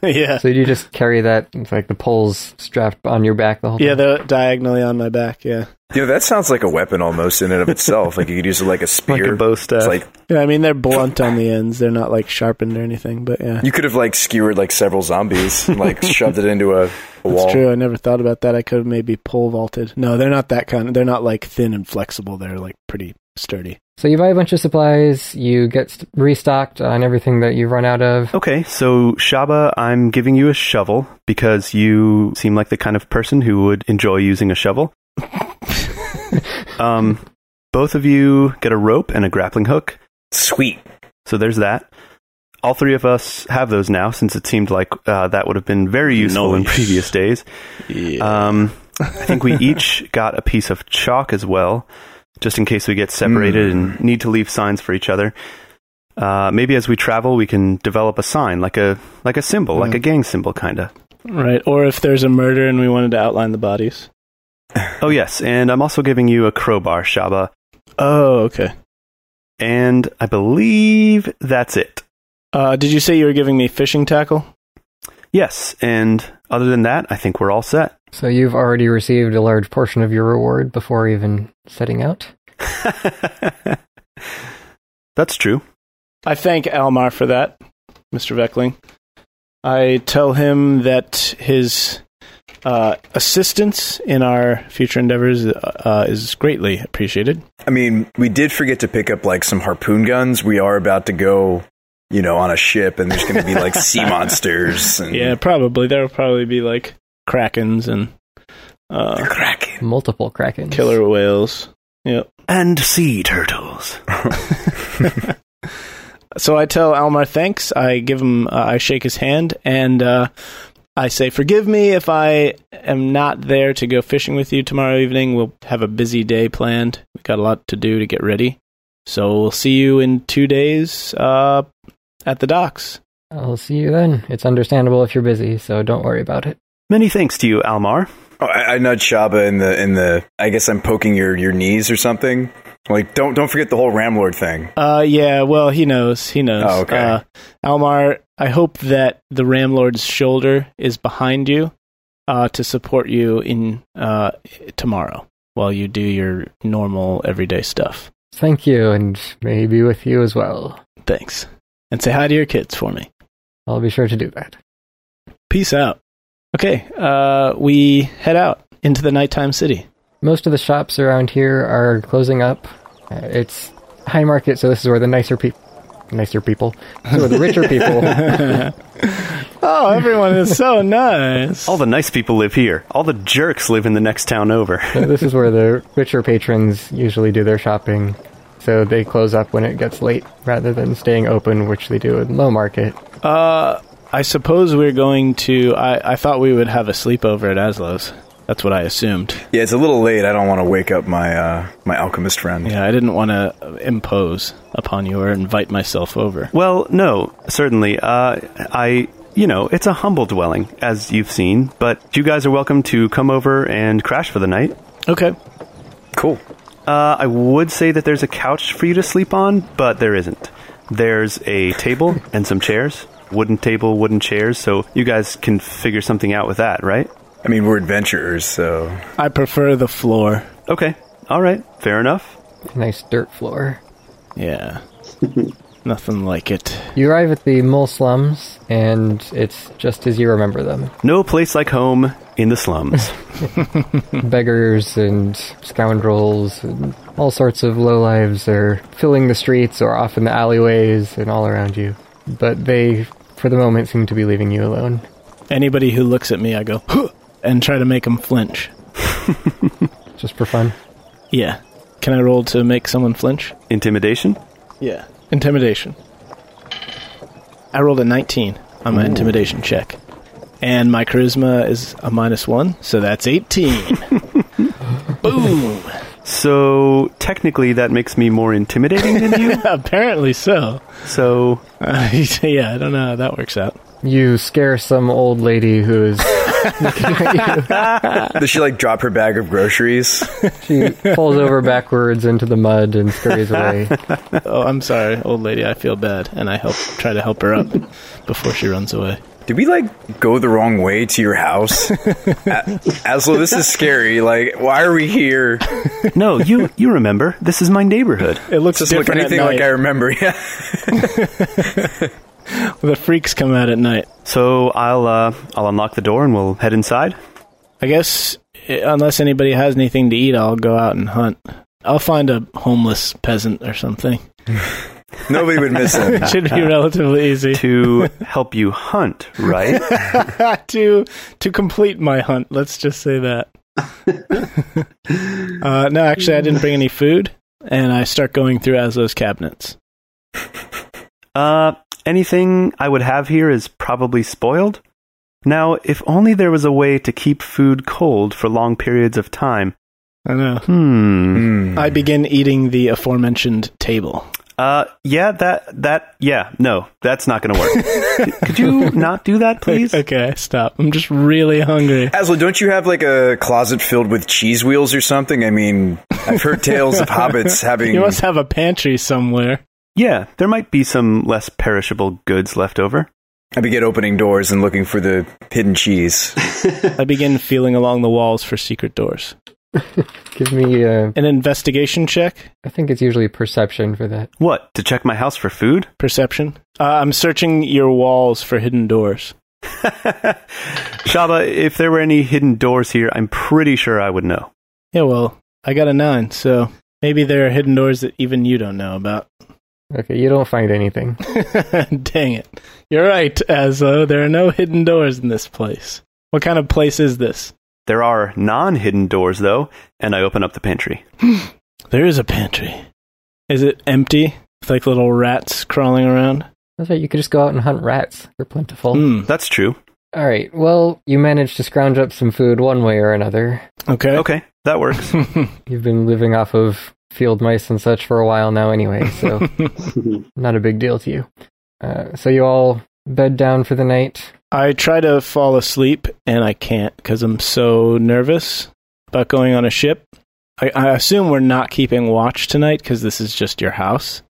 [SPEAKER 4] yeah.
[SPEAKER 2] So you just carry that, it's like the poles strapped on your back the whole
[SPEAKER 4] Yeah,
[SPEAKER 2] time.
[SPEAKER 4] they're diagonally on my back. Yeah.
[SPEAKER 5] You know, that sounds like a weapon almost in and of itself. Like you could use it like a spear.
[SPEAKER 3] Like a bow staff.
[SPEAKER 5] It's like
[SPEAKER 4] Yeah, I mean, they're blunt on the ends. They're not like sharpened or anything, but yeah.
[SPEAKER 5] you could have like skewered like several zombies and like shoved it into a, a wall.
[SPEAKER 4] It's true. I never thought about that. I could have maybe pole vaulted. No, they're not that kind. They're not like thin and flexible. They're like pretty sturdy.
[SPEAKER 2] So you buy a bunch of supplies, you get st- restocked on everything that you run out of.
[SPEAKER 3] Okay, so Shaba, I'm giving you a shovel because you seem like the kind of person who would enjoy using a shovel. um, both of you get a rope and a grappling hook,
[SPEAKER 5] Sweet.
[SPEAKER 3] so there's that. All three of us have those now, since it seemed like uh, that would have been very useful in
[SPEAKER 4] Nice.
[SPEAKER 3] previous days.
[SPEAKER 4] Yeah.
[SPEAKER 3] Um, I think we each got a piece of chalk as well, just in case we get separated and need to leave signs for each other. Uh, maybe as we travel, we can develop a sign, like a like a symbol, like a gang symbol, kind of.
[SPEAKER 4] Right. Or if there's a murder and we wanted to outline the bodies.
[SPEAKER 3] Oh yes, and I'm also giving you a crowbar, Shaba,
[SPEAKER 4] Oh, okay.
[SPEAKER 3] and I believe that's it.
[SPEAKER 4] Uh, did you say you were giving me fishing tackle?
[SPEAKER 3] Yes, and other than that, I think we're all set.
[SPEAKER 2] So you've already received a large portion of your reward before even setting out.
[SPEAKER 3] that's true.
[SPEAKER 4] I thank Almar for that, Mr. Veckling. I tell him that his uh, assistance in our future endeavors uh, is greatly appreciated.
[SPEAKER 5] I mean, we did forget to pick up like some harpoon guns. We are about to go, you know, on a ship, and there's going to be like sea monsters and
[SPEAKER 4] Yeah, probably. There will probably be like krakens and uh,
[SPEAKER 5] kraken.
[SPEAKER 2] Multiple krakens.
[SPEAKER 4] killer whales. Yep.
[SPEAKER 3] And sea turtles.
[SPEAKER 4] So I tell Almar thanks. I give him, uh, I shake his hand, and uh, I say, "Forgive me if I am not there to go fishing with you tomorrow evening. We'll have a busy day planned. We've got a lot to do to get ready. So we'll see you in two days uh, at the docks."
[SPEAKER 2] I'll see you then. It's understandable if you're busy, so don't worry about it.
[SPEAKER 3] Many thanks to you, Almar.
[SPEAKER 5] Oh, I, I nudge Shaba in the in the. I guess I'm poking your your knees or something. Like, don't don't forget the whole Ramlord thing.
[SPEAKER 4] Uh, yeah. Well, he knows. He knows.
[SPEAKER 5] Oh, okay.
[SPEAKER 4] Uh, Almar, I hope that the Ramlord's shoulder is behind you uh, to support you in uh, tomorrow while you do your normal everyday stuff.
[SPEAKER 2] Thank you, and may he be with you as well.
[SPEAKER 4] Thanks. And say hi to your kids for me.
[SPEAKER 2] I'll be sure to do that.
[SPEAKER 4] Peace out. Okay, uh, we head out into the nighttime city.
[SPEAKER 2] Most of the shops around here are closing up. Uh, it's high market, so this is where the nicer people, nicer people, this is where the richer people,
[SPEAKER 4] Oh, everyone is so nice.
[SPEAKER 3] All the nice people live here. All the jerks live in the next town over.
[SPEAKER 2] this is where the richer patrons usually do their shopping. So they close up when it gets late, rather than staying open, which they do in low market.
[SPEAKER 4] Uh, I suppose we're going to. I, I thought we would have a sleepover at Aslo's. That's what I assumed.
[SPEAKER 5] Yeah, it's a little late. I don't want to wake up my uh, my alchemist friend.
[SPEAKER 4] Yeah, I didn't want to impose upon you or invite myself over.
[SPEAKER 3] well, no, certainly. Uh, I, you know, it's a humble dwelling, as you've seen, but you guys are welcome to come over and crash for the night.
[SPEAKER 4] Okay.
[SPEAKER 5] Cool.
[SPEAKER 3] Uh, I would say that there's a couch for you to sleep on, but there isn't. There's a table and some chairs. Wooden table, wooden chairs, so you guys can figure something out with that, right?
[SPEAKER 5] I mean, we're adventurers, so
[SPEAKER 4] I prefer the floor.
[SPEAKER 3] Okay, all right, fair enough.
[SPEAKER 2] Nice dirt floor.
[SPEAKER 4] Yeah. Nothing like it.
[SPEAKER 2] You arrive at the mole slums, and it's just as you remember them.
[SPEAKER 3] No place like home in the slums.
[SPEAKER 2] beggars and scoundrels and all sorts of low lives are filling the streets or off in the alleyways and all around you. But they, for the moment, seem to be leaving you alone.
[SPEAKER 4] Anybody who looks at me, I go, "Huh," and try to make them flinch.
[SPEAKER 2] Just for fun.
[SPEAKER 4] Yeah. Can I roll to make someone flinch?
[SPEAKER 3] Intimidation?
[SPEAKER 4] Yeah. Intimidation. I rolled a 19 on my intimidation check. And my charisma is a minus one, so that's 18. Boom!
[SPEAKER 3] So technically, that makes me more intimidating than you.
[SPEAKER 4] Apparently so.
[SPEAKER 3] So
[SPEAKER 4] Uh, yeah, I don't know how that works out.
[SPEAKER 2] You scare some old lady who is.
[SPEAKER 5] does she like drop her bag of groceries?
[SPEAKER 2] She falls over backwards into the mud and scurries away.
[SPEAKER 4] Oh, I'm sorry, old lady. I feel bad, and I help try to help her up before she runs away.
[SPEAKER 5] Did we like go the wrong way to your house? A- Aslo, this is scary. Like, why are we here? Does
[SPEAKER 3] no, you you remember this is my neighborhood.
[SPEAKER 4] It looks
[SPEAKER 5] this look anything like I remember? Yeah.
[SPEAKER 4] the freaks come out at night.
[SPEAKER 3] So I'll uh, I'll unlock the door and we'll head inside.
[SPEAKER 4] I guess eh, unless anybody has anything to eat, I'll go out and hunt. I'll find a homeless peasant or something.
[SPEAKER 5] Nobody would miss him.
[SPEAKER 4] It should be relatively easy
[SPEAKER 3] To help you hunt, right?
[SPEAKER 4] to Ah, to complete my hunt. Let's just say that. uh, no, actually, I didn't bring any food, and I start going through Aslo's cabinets.
[SPEAKER 3] Uh, anything I would have here is probably spoiled. Now, if only there was a way to keep food cold for long periods of time.
[SPEAKER 4] I know.
[SPEAKER 3] Hmm.
[SPEAKER 4] I begin eating the aforementioned table.
[SPEAKER 3] Uh, yeah, that, that, yeah, no, that's not going to work. Could you not do that, please?
[SPEAKER 4] Okay, stop. I'm just really hungry.
[SPEAKER 5] Aslan, don't you have like a closet filled with cheese wheels or something? I mean, I've heard tales of hobbits having.
[SPEAKER 4] You must have a pantry somewhere.
[SPEAKER 3] Yeah, there might be some less perishable goods left over.
[SPEAKER 5] I begin opening doors and looking for the hidden cheese.
[SPEAKER 4] I begin feeling along the walls for secret doors.
[SPEAKER 2] Give me, uh,
[SPEAKER 4] An investigation check,
[SPEAKER 2] I think it's usually perception for that.
[SPEAKER 3] What, to check my house for food?
[SPEAKER 4] perception. Uh, I'm searching your walls for hidden doors.
[SPEAKER 3] Shaba, if there were any hidden doors here, I'm pretty sure I would know.
[SPEAKER 4] Yeah, well, I got a nine, so maybe there are hidden doors that even you don't know about.
[SPEAKER 2] Okay, you don't find anything.
[SPEAKER 4] Dang it. You're right, Aslo. There are no hidden doors in this place. What kind of place is this?
[SPEAKER 3] There are non hidden doors, though, and I open up the pantry.
[SPEAKER 4] There is a pantry. Is it empty? With like little rats crawling around?
[SPEAKER 2] That's right, you could just go out and hunt rats. They're plentiful.
[SPEAKER 4] Hmm.
[SPEAKER 3] That's true.
[SPEAKER 2] Alright, well, you managed to scrounge up some food one way or another.
[SPEAKER 4] Okay.
[SPEAKER 3] Okay, that works.
[SPEAKER 2] You've been living off of field mice and such for a while now, anyway, so not a big deal to you. Uh, so you all bed down for the night.
[SPEAKER 4] I try to fall asleep and I can't because I'm so nervous about going on a ship. I, I assume we're not keeping watch tonight because this is just your house.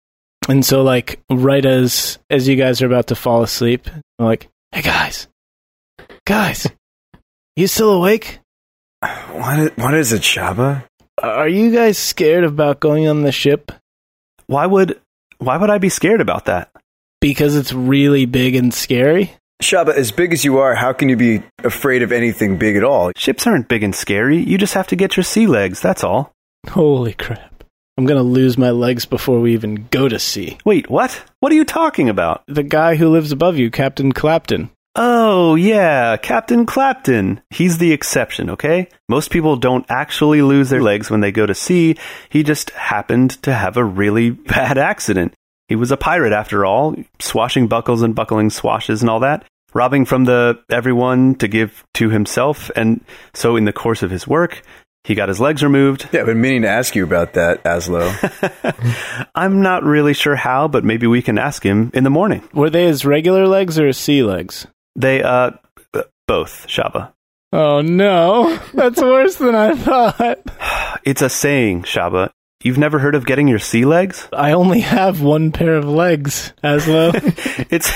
[SPEAKER 4] And so, like, right as as you guys are about to fall asleep, I'm like, "Hey guys, guys, you still awake?
[SPEAKER 5] What is, what is it, Shaba?
[SPEAKER 4] Are you guys scared about going on the ship
[SPEAKER 3] why would why would I be scared about that?
[SPEAKER 4] because it's really big and scary?"
[SPEAKER 5] Shaba, as big as you are, how can you be afraid of anything big at all?
[SPEAKER 3] Ships aren't big and scary. You just have to get your sea legs, that's all.
[SPEAKER 4] Holy crap! I'm gonna lose my legs before we even go to sea.
[SPEAKER 3] Wait, what? What are you talking about?
[SPEAKER 4] The guy who lives above you, Captain Clapton.
[SPEAKER 3] Oh, yeah, Captain Clapton. He's the exception, okay? Most people don't actually lose their legs when they go to sea. He just happened to have a really bad accident. He was a pirate after all, swashing buckles and buckling swashes and all that, robbing from the everyone to give to himself, and so in the course of his work, he got his legs removed.
[SPEAKER 5] Yeah, I've been meaning to ask you about that, Aslo.
[SPEAKER 3] I'm not really sure how, but maybe we can ask him in the morning.
[SPEAKER 4] Were they his regular legs or his sea legs?
[SPEAKER 3] They, uh, b- both, Shaba.
[SPEAKER 4] Oh no, that's worse than I thought.
[SPEAKER 3] It's a saying, Shaba. You've never heard of getting your sea legs?
[SPEAKER 4] I only have one pair of legs, Aslo.
[SPEAKER 3] It's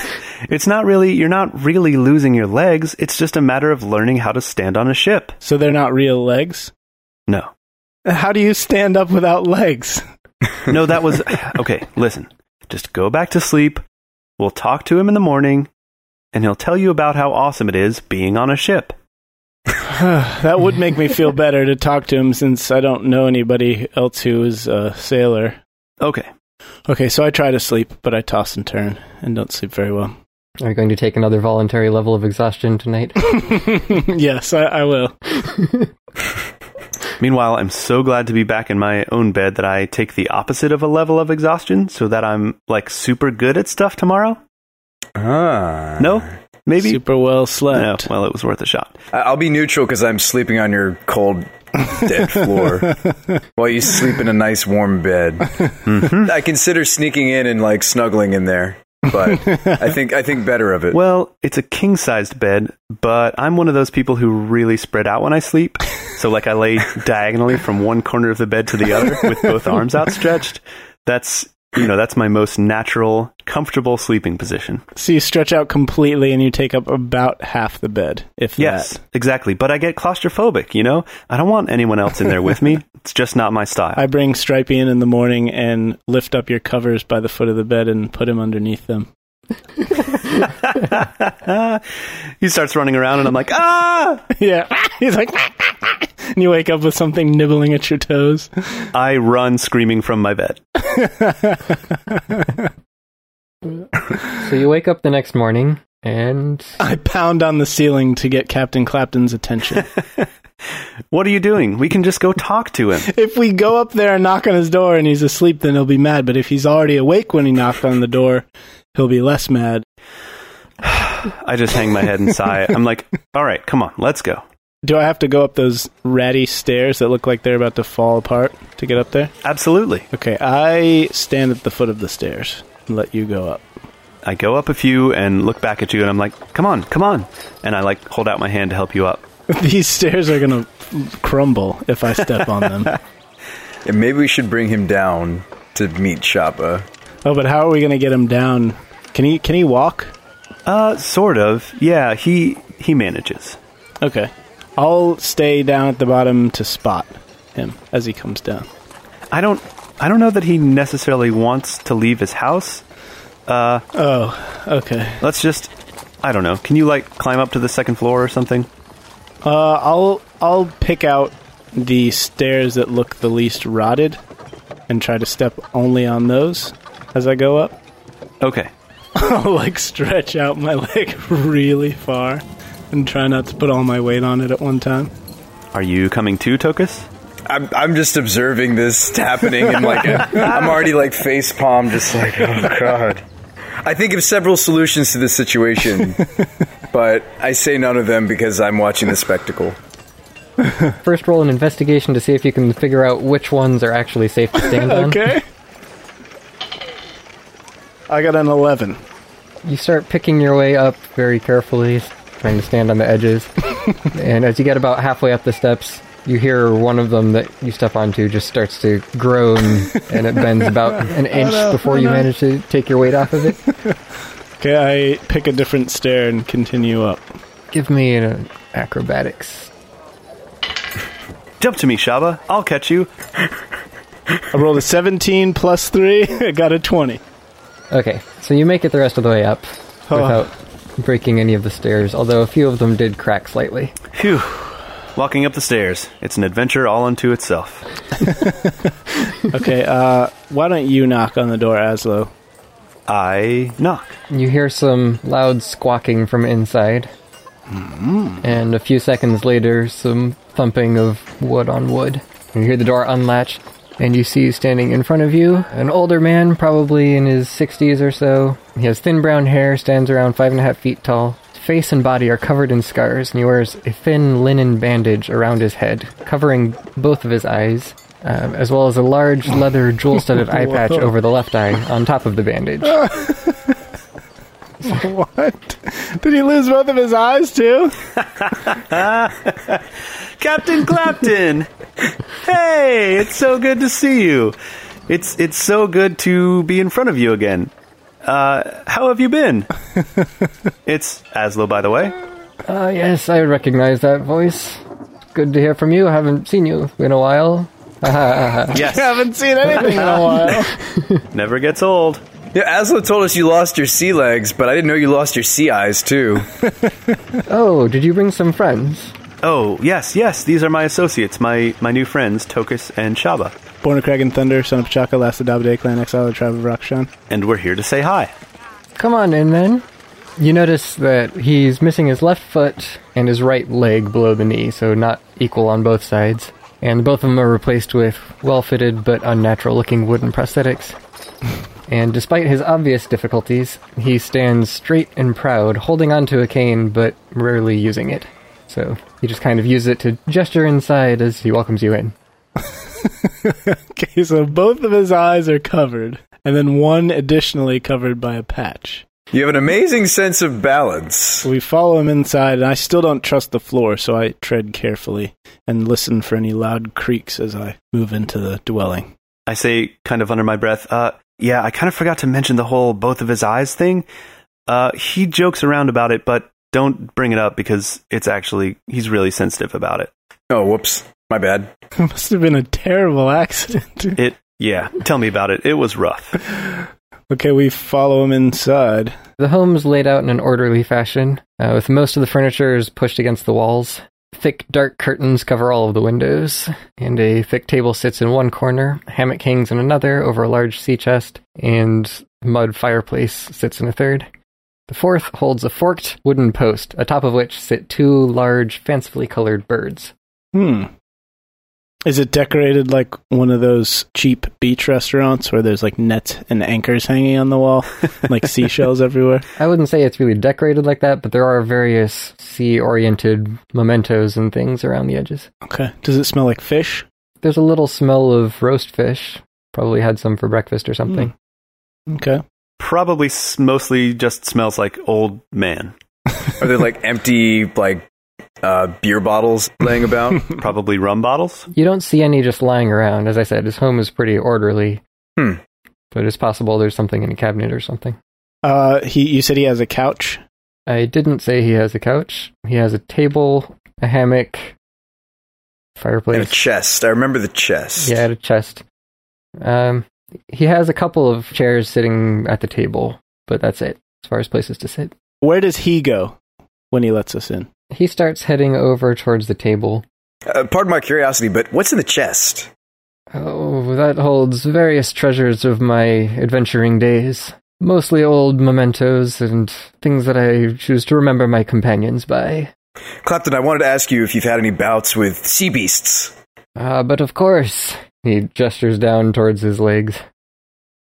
[SPEAKER 3] it's not really you're not really losing your legs, it's just a matter of learning how to stand on a ship.
[SPEAKER 4] so they're not real legs.
[SPEAKER 3] No.
[SPEAKER 4] How do you stand up without legs?
[SPEAKER 3] No, that was Okay, listen. Just go back to sleep. We'll talk to him in the morning and he'll tell you about how awesome it is being on a ship.
[SPEAKER 4] That would make me feel better to talk to him since I don't know anybody else who is a sailor.
[SPEAKER 3] Okay.
[SPEAKER 4] Okay, so I try to sleep, but I toss and turn and don't sleep very well.
[SPEAKER 2] Are you going to take another voluntary level of exhaustion tonight?
[SPEAKER 4] yes, I, I will.
[SPEAKER 3] Meanwhile, I'm so glad to be back in my own bed that I take the opposite of a level of exhaustion so that I'm like super good at stuff tomorrow?
[SPEAKER 5] ah.
[SPEAKER 3] No? Maybe
[SPEAKER 4] Super well
[SPEAKER 3] no.
[SPEAKER 4] slept.
[SPEAKER 3] Well, it was worth a shot.
[SPEAKER 5] I- I'll be neutral because I'm sleeping on your cold, dead floor while you sleep in a nice warm bed. I consider sneaking in and like snuggling in there, but I think I think better of it.
[SPEAKER 3] Well, it's a king sized bed, but I'm one of those people who really spread out when I sleep. So, like, I lay diagonally from one corner of the bed to the other with both arms outstretched. That's, you know, that's my most natural, comfortable sleeping position.
[SPEAKER 4] So you stretch out completely and you take up about half the bed, if
[SPEAKER 3] Yes,
[SPEAKER 4] that.
[SPEAKER 3] exactly. But I get claustrophobic, you know? I don't want anyone else in there with me. It's just not my style.
[SPEAKER 4] I bring Stripey in in the morning and lift up your covers by the foot of the bed and put him underneath them.
[SPEAKER 3] he starts running around, and I'm like, ah!
[SPEAKER 4] yeah. He's like, and you wake up with something nibbling at your toes.
[SPEAKER 3] I run screaming from my bed.
[SPEAKER 2] so you wake up the next morning, and
[SPEAKER 4] I pound on the ceiling to get Captain Clapton's attention.
[SPEAKER 3] What are you doing? We can just go talk to him.
[SPEAKER 4] if we go up there and knock on his door and he's asleep, then he'll be mad. But if he's already awake when he knocked on the door, he'll be less mad.
[SPEAKER 3] I just hang my head and sigh. I'm like, all right, come on, let's go.
[SPEAKER 4] Do I have to go up those ratty stairs that look like they're about to fall apart to get up there?
[SPEAKER 3] Absolutely.
[SPEAKER 4] Okay, I stand at the foot of the stairs and let you go up.
[SPEAKER 3] I go up a few and look back at you, and I'm like, come on, come on. And I like hold out my hand to help you up.
[SPEAKER 4] These stairs are going to crumble if I step on them.
[SPEAKER 5] And maybe we should bring him down to meet Shappa.
[SPEAKER 4] Oh, but how are we going to get him down? Can he can he walk?
[SPEAKER 3] Uh, sort of. Yeah, he he manages.
[SPEAKER 4] Okay. I'll stay down at the bottom to spot him as he comes down.
[SPEAKER 3] I don't I don't know that he necessarily wants to leave his house.
[SPEAKER 4] Oh, okay.
[SPEAKER 3] Let's just I don't know. Can you like climb up to the second floor or something?
[SPEAKER 4] Uh, I'll I'll pick out the stairs that look the least rotted and try to step only on those as I go up.
[SPEAKER 3] Okay.
[SPEAKER 4] I'll like stretch out my leg really far and try not to put all my weight on it at one time.
[SPEAKER 3] Are you coming too, Tokus?
[SPEAKER 5] I'm, I'm just observing this happening and like i I'm already like face palm, just like oh god. I think of several solutions to this situation, but I say none of them because I'm watching the spectacle.
[SPEAKER 2] First, roll an investigation to see if you can figure out which ones are actually safe to stand on.
[SPEAKER 4] Okay. I got an 11.
[SPEAKER 2] You start picking your way up very carefully, trying to stand on the edges. and as you get about halfway up the steps, you hear one of them that you step onto just starts to groan and it bends about an inch before you manage to take your weight off of it.
[SPEAKER 4] Okay, I pick a different stair and continue up.
[SPEAKER 2] Give me an acrobatics.
[SPEAKER 3] Jump to me, Shaba. I'll catch you.
[SPEAKER 4] I rolled a 17 plus 3. I got a 20.
[SPEAKER 2] Okay, so you make it the rest of the way up
[SPEAKER 4] Oh.
[SPEAKER 2] without breaking any of the stairs, although a few of them did crack slightly.
[SPEAKER 3] Phew. Walking up the stairs. It's an adventure all unto itself.
[SPEAKER 4] Okay, uh, why don't you knock on the door, Aslo?
[SPEAKER 3] I knock.
[SPEAKER 2] You hear some loud squawking from inside. And a few seconds later, some thumping of wood on wood. You hear the door unlatch, and you see standing in front of you an older man, probably in his 60s or so. He has thin brown hair, stands around five and a half feet tall. His face and body are covered in scars, and he wears a thin linen bandage around his head, covering both of his eyes, um, as well as a large leather jewel studded eye patch over the left eye on top of the bandage.
[SPEAKER 4] What? Did he lose both of his eyes, too?
[SPEAKER 3] Captain Clapton. hey, it's so good to see you. It's it's so good to be in front of you again. Uh, how have you been? it's Aslo, by the way.
[SPEAKER 2] Ah, yes, I recognize that voice. Good to hear from you. I haven't seen you in a while.
[SPEAKER 3] Yes,
[SPEAKER 4] Haven't seen anything in a while.
[SPEAKER 3] never gets old.
[SPEAKER 5] Yeah, Aslo told us you lost your sea legs, but I didn't know you lost your sea eyes too.
[SPEAKER 2] Oh, did you bring some friends?
[SPEAKER 3] Oh, yes, yes. These are my associates, my my new friends, Tokus and Shaba,
[SPEAKER 4] Born of Crag and Thunder, son of Pachaka, last of Dabade, clan exile, of the tribe of Rakshan.
[SPEAKER 3] and we're here to say hi.
[SPEAKER 2] Come on in then. You notice that he's missing his left foot and his right leg below the knee, so not equal on both sides. And both of them are replaced with well fitted but unnatural looking wooden prosthetics. And despite his obvious difficulties, he stands straight and proud, holding onto a cane but rarely using it. So he just kind of uses it to gesture inside as he welcomes you in.
[SPEAKER 4] Okay, so both of his eyes are covered, and then one additionally covered by a patch.
[SPEAKER 5] You have an amazing sense of balance.
[SPEAKER 4] We follow him inside, and I still don't trust the floor, so I tread carefully and listen for any loud creaks as I move into the dwelling.
[SPEAKER 3] I say, kind of under my breath, uh, yeah, I kind of forgot to mention the whole both of his eyes thing. Uh, he jokes around about it, but don't bring it up because it's actually, he's really sensitive about it.
[SPEAKER 5] Oh, whoops. My bad.
[SPEAKER 4] It must have been a terrible accident.
[SPEAKER 3] It, yeah, tell me about it. It was rough.
[SPEAKER 4] okay, we follow him inside.
[SPEAKER 2] The home's laid out in an orderly fashion, uh, with most of the furniture is pushed against the walls. Thick, dark curtains cover all of the windows, and a thick table sits in one corner, a hammock hangs in another over a large sea chest, and a mud fireplace sits in a third. The fourth holds a forked wooden post, atop of which sit two large, fancifully colored birds.
[SPEAKER 4] Hmm. Is it decorated like one of those cheap beach restaurants where there's like nets and anchors hanging on the wall, like seashells everywhere?
[SPEAKER 2] I wouldn't say it's really decorated like that, but there are various sea oriented mementos and things around the edges.
[SPEAKER 4] Okay. Does it smell like fish?
[SPEAKER 2] There's a little smell of roast fish. Probably had some for breakfast or something.
[SPEAKER 4] Okay.
[SPEAKER 3] Probably s- mostly just smells like old man.
[SPEAKER 5] Are there like empty like uh, beer bottles laying about?
[SPEAKER 3] Probably rum bottles.
[SPEAKER 2] You don't see any just lying around. As I said, his home is pretty orderly.
[SPEAKER 5] Hmm.
[SPEAKER 2] But it's possible there's something in a cabinet or something.
[SPEAKER 4] Uh, he. You said he has a couch.
[SPEAKER 2] I didn't say he has a couch. He has a table, a hammock,
[SPEAKER 5] and a
[SPEAKER 2] fireplace.
[SPEAKER 5] chest. I remember the chest.
[SPEAKER 2] yeah, and a chest. Um, he has a couple of chairs sitting at the table, but that's it as far as places to sit.
[SPEAKER 4] Where does he go when he lets us in?
[SPEAKER 2] He starts heading over towards the table.
[SPEAKER 5] Uh, pardon my curiosity, but what's in the chest?
[SPEAKER 2] Oh, that holds various treasures of my adventuring days. Mostly old mementos and things that I choose to remember my companions by.
[SPEAKER 5] Clapton, I wanted to ask you if you've had any bouts with sea beasts.
[SPEAKER 2] Ah, but of course. He gestures down towards his legs.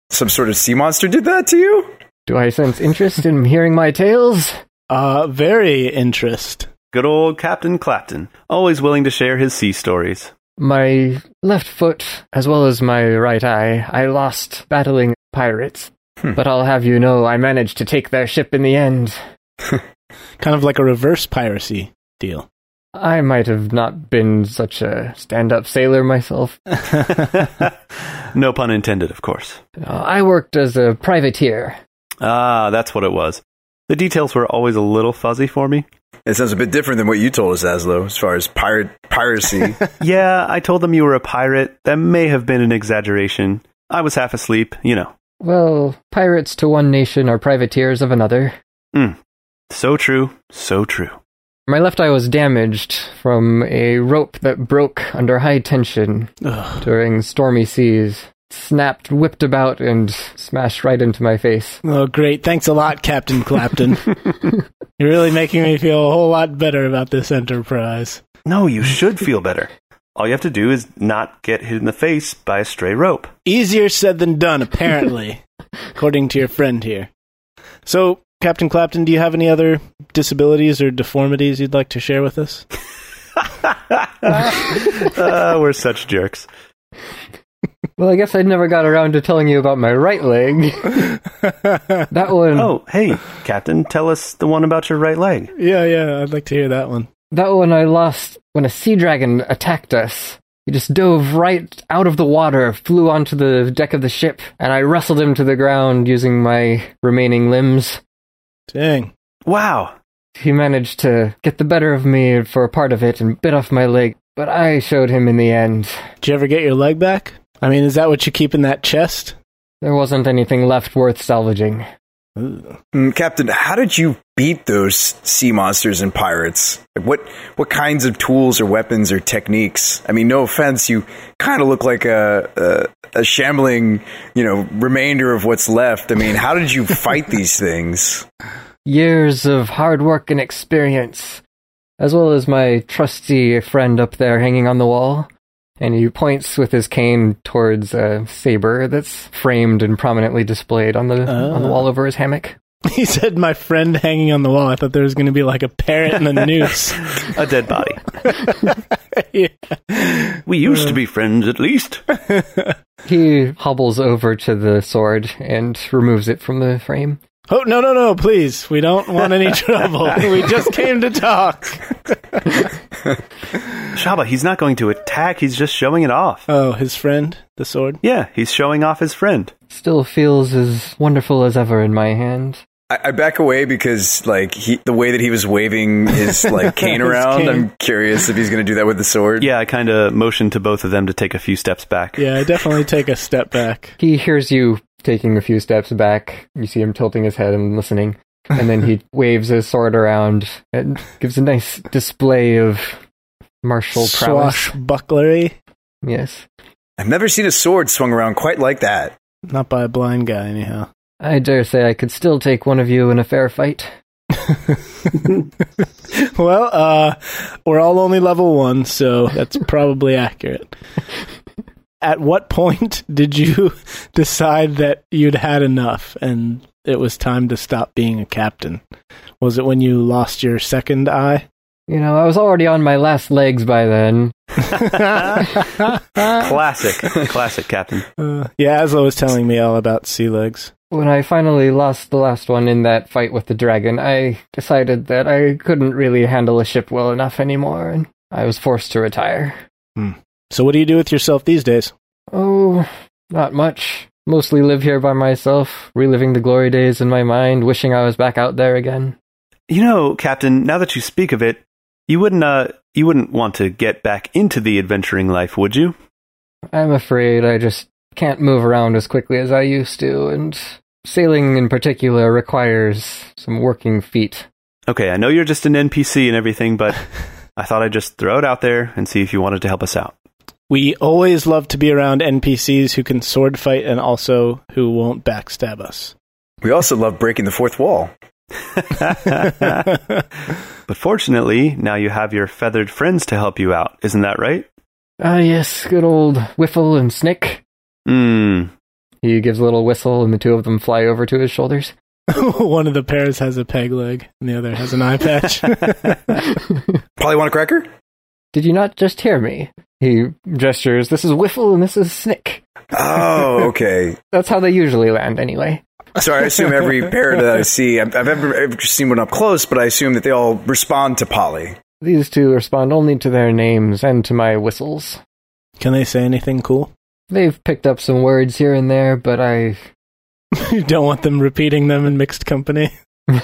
[SPEAKER 5] Some sort of sea monster did that to you?
[SPEAKER 2] Do I sense interest in hearing my tales?
[SPEAKER 4] Uh, very interest.
[SPEAKER 3] Good old Captain Clapton, always willing to share his sea stories.
[SPEAKER 2] My left foot, as well as my right eye, I lost battling pirates. But I'll have you know I managed to take their ship in the end.
[SPEAKER 4] Kind of like a reverse piracy deal.
[SPEAKER 2] I might have not been such a stand up sailor myself.
[SPEAKER 3] No pun intended, of course.
[SPEAKER 2] Uh, I worked as a privateer.
[SPEAKER 3] Ah, that's what it was. The details were always a little fuzzy for me.
[SPEAKER 5] It sounds a bit different than what you told us, Aslo, as far as pirate piracy.
[SPEAKER 3] yeah, I told them you were a pirate. That may have been an exaggeration. I was half asleep, you know.
[SPEAKER 2] Well, pirates to one nation are privateers of another.
[SPEAKER 3] So true, so true.
[SPEAKER 2] My left eye was damaged from a rope that broke under high tension
[SPEAKER 4] Ugh.
[SPEAKER 2] during stormy seas. Snapped, whipped about, and smashed right into my face.
[SPEAKER 4] Oh, great. Thanks a lot, Captain Clapton. You're really making me feel a whole lot better about this enterprise.
[SPEAKER 3] No, you should feel better. All you have to do is not get hit in the face by a stray rope.
[SPEAKER 4] Easier said than done, apparently, according to your friend here. So, Captain Clapton, do you have any other disabilities or deformities you'd like to share with us?
[SPEAKER 3] Ah, we're such jerks.
[SPEAKER 2] Well, I guess I never got around to telling you about my right leg. that
[SPEAKER 4] Hmm.
[SPEAKER 2] one,
[SPEAKER 3] Oh, hey, Captain, tell us the one about your right leg.
[SPEAKER 4] Yeah, yeah, I'd like to hear that one.
[SPEAKER 2] that one I lost when a sea dragon attacked us. He just dove right out of the water, flew onto the deck of the ship, and I wrestled him to the ground using my remaining limbs.
[SPEAKER 4] Dang.
[SPEAKER 3] Wow.
[SPEAKER 2] He managed to get the better of me for a part of it and bit off my leg, but I showed him in the end.
[SPEAKER 4] Did you ever get your leg back? I mean, is that what you keep in that chest?
[SPEAKER 2] There wasn't anything left worth salvaging.
[SPEAKER 5] Mm, Captain, how did you beat those sea monsters and pirates? Like what what kinds of tools or weapons or techniques? I mean, no offense, you kind of look like a, a a shambling, you know, remainder of what's left. I mean, how did you fight these things?
[SPEAKER 2] Years of hard work and experience, as well as my trusty friend up there hanging on the wall. And he points with his cane towards a saber that's framed and prominently displayed on the on the wall over his hammock.
[SPEAKER 4] He said, my friend hanging on the wall. I thought there was going to be like a parrot and a noose.
[SPEAKER 3] A dead body.
[SPEAKER 4] yeah.
[SPEAKER 3] We used to be friends, at least.
[SPEAKER 2] He hobbles over to the sword and removes it from the frame.
[SPEAKER 4] Oh, no, no, no, please. We don't want any trouble. we just came to talk.
[SPEAKER 3] Shaba, he's not going to attack, he's just showing it off.
[SPEAKER 4] Oh, his friend, the sword.
[SPEAKER 3] Yeah, he's showing off his friend.
[SPEAKER 2] Still feels as wonderful as ever in my hand.
[SPEAKER 5] I, I back away because like he, the way that he was waving his like cane
[SPEAKER 4] His
[SPEAKER 5] around.
[SPEAKER 4] cane.
[SPEAKER 5] I'm curious if he's going to do that with the sword.
[SPEAKER 3] Yeah, I kind of motioned to both of them to take a few steps back.
[SPEAKER 4] Yeah, I definitely take a step back.
[SPEAKER 2] He hears you taking a few steps back. You see him tilting his head and listening. And then he waves his sword around and gives a nice display of martial prowess.
[SPEAKER 4] Swashbucklery.
[SPEAKER 2] Yes.
[SPEAKER 5] I've never seen a sword swung around quite like that.
[SPEAKER 4] Not by a blind guy, anyhow.
[SPEAKER 2] I dare say I could still take one of you in a fair fight.
[SPEAKER 4] Well, uh, we're all only level one, so that's probably accurate. At what point did you decide that you'd had enough and it was time to stop being a captain? Was it when you lost your second eye?
[SPEAKER 2] You know, I was already on my last legs by then.
[SPEAKER 3] Classic, classic, Captain.
[SPEAKER 4] Uh, yeah, Aslo was telling me all about sea legs.
[SPEAKER 2] When I finally lost the last one in that fight with the dragon, I decided that I couldn't really handle a ship well enough anymore, and I was forced to retire.
[SPEAKER 4] So, what do you do with yourself these days?
[SPEAKER 2] Oh, not much. Mostly live here by myself, reliving the glory days in my mind, wishing I was back out there again.
[SPEAKER 3] You know, Captain. Now that you speak of it, you wouldn't uh, you wouldn't want to get back into the adventuring life, would you?
[SPEAKER 2] I'm afraid I just can't move around as quickly as I used to, and sailing in particular requires some working feet.
[SPEAKER 3] Okay, I know you're just an NPC and everything, but I thought I'd just throw it out there and see if you wanted to help us out.
[SPEAKER 4] We always love to be around NPCs who can sword fight and also who won't backstab us.
[SPEAKER 5] We also love breaking the fourth wall.
[SPEAKER 3] But fortunately, now you have your feathered friends to help you out, isn't that right?
[SPEAKER 2] Ah, yes, good old Whiffle and Snick.
[SPEAKER 3] Hmm.
[SPEAKER 2] He gives a little whistle, and the two of them fly over to his shoulders.
[SPEAKER 4] One of the pairs has a peg leg and the other has an eye patch.
[SPEAKER 5] Probably want a cracker?
[SPEAKER 2] Did you not just hear me? He gestures, This is Whiffle and this is Snick.
[SPEAKER 5] Oh, okay.
[SPEAKER 2] That's how they usually land, anyway.
[SPEAKER 5] Sorry, I assume every parrot that I see, I've, I've ever, ever seen one up close, but I assume that they all respond to Polly.
[SPEAKER 2] These two respond only to their names and to my whistles.
[SPEAKER 4] can they say anything cool?
[SPEAKER 2] They've picked up some words here and there, but I.
[SPEAKER 4] you don't want them repeating them in mixed company.
[SPEAKER 2] They're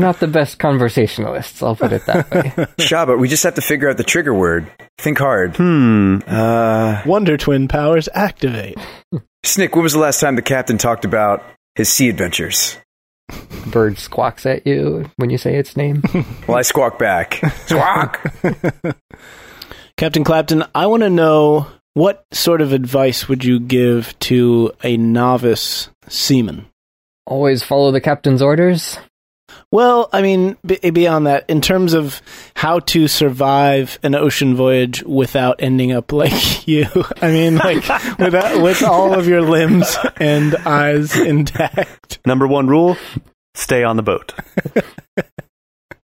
[SPEAKER 2] not the best conversationalists, I'll put it that way.
[SPEAKER 5] Shaba, we just have to figure out the trigger word. Think hard.
[SPEAKER 3] Hmm. Uh,
[SPEAKER 4] Wonder Twin powers activate.
[SPEAKER 5] Snick, when was the last time the captain talked about his sea adventures?
[SPEAKER 2] Bird squawks at you when you say its name.
[SPEAKER 5] Well, I squawk back. Squawk!
[SPEAKER 4] Captain Clapton, I want to know what sort of advice would you give to a novice seaman?
[SPEAKER 2] Always follow the captain's orders.
[SPEAKER 4] Well, I mean, b- beyond that, in terms of how to survive an ocean voyage without ending up like you, I mean, like without, with all of your limbs and eyes intact.
[SPEAKER 3] number one rule stay on the boat.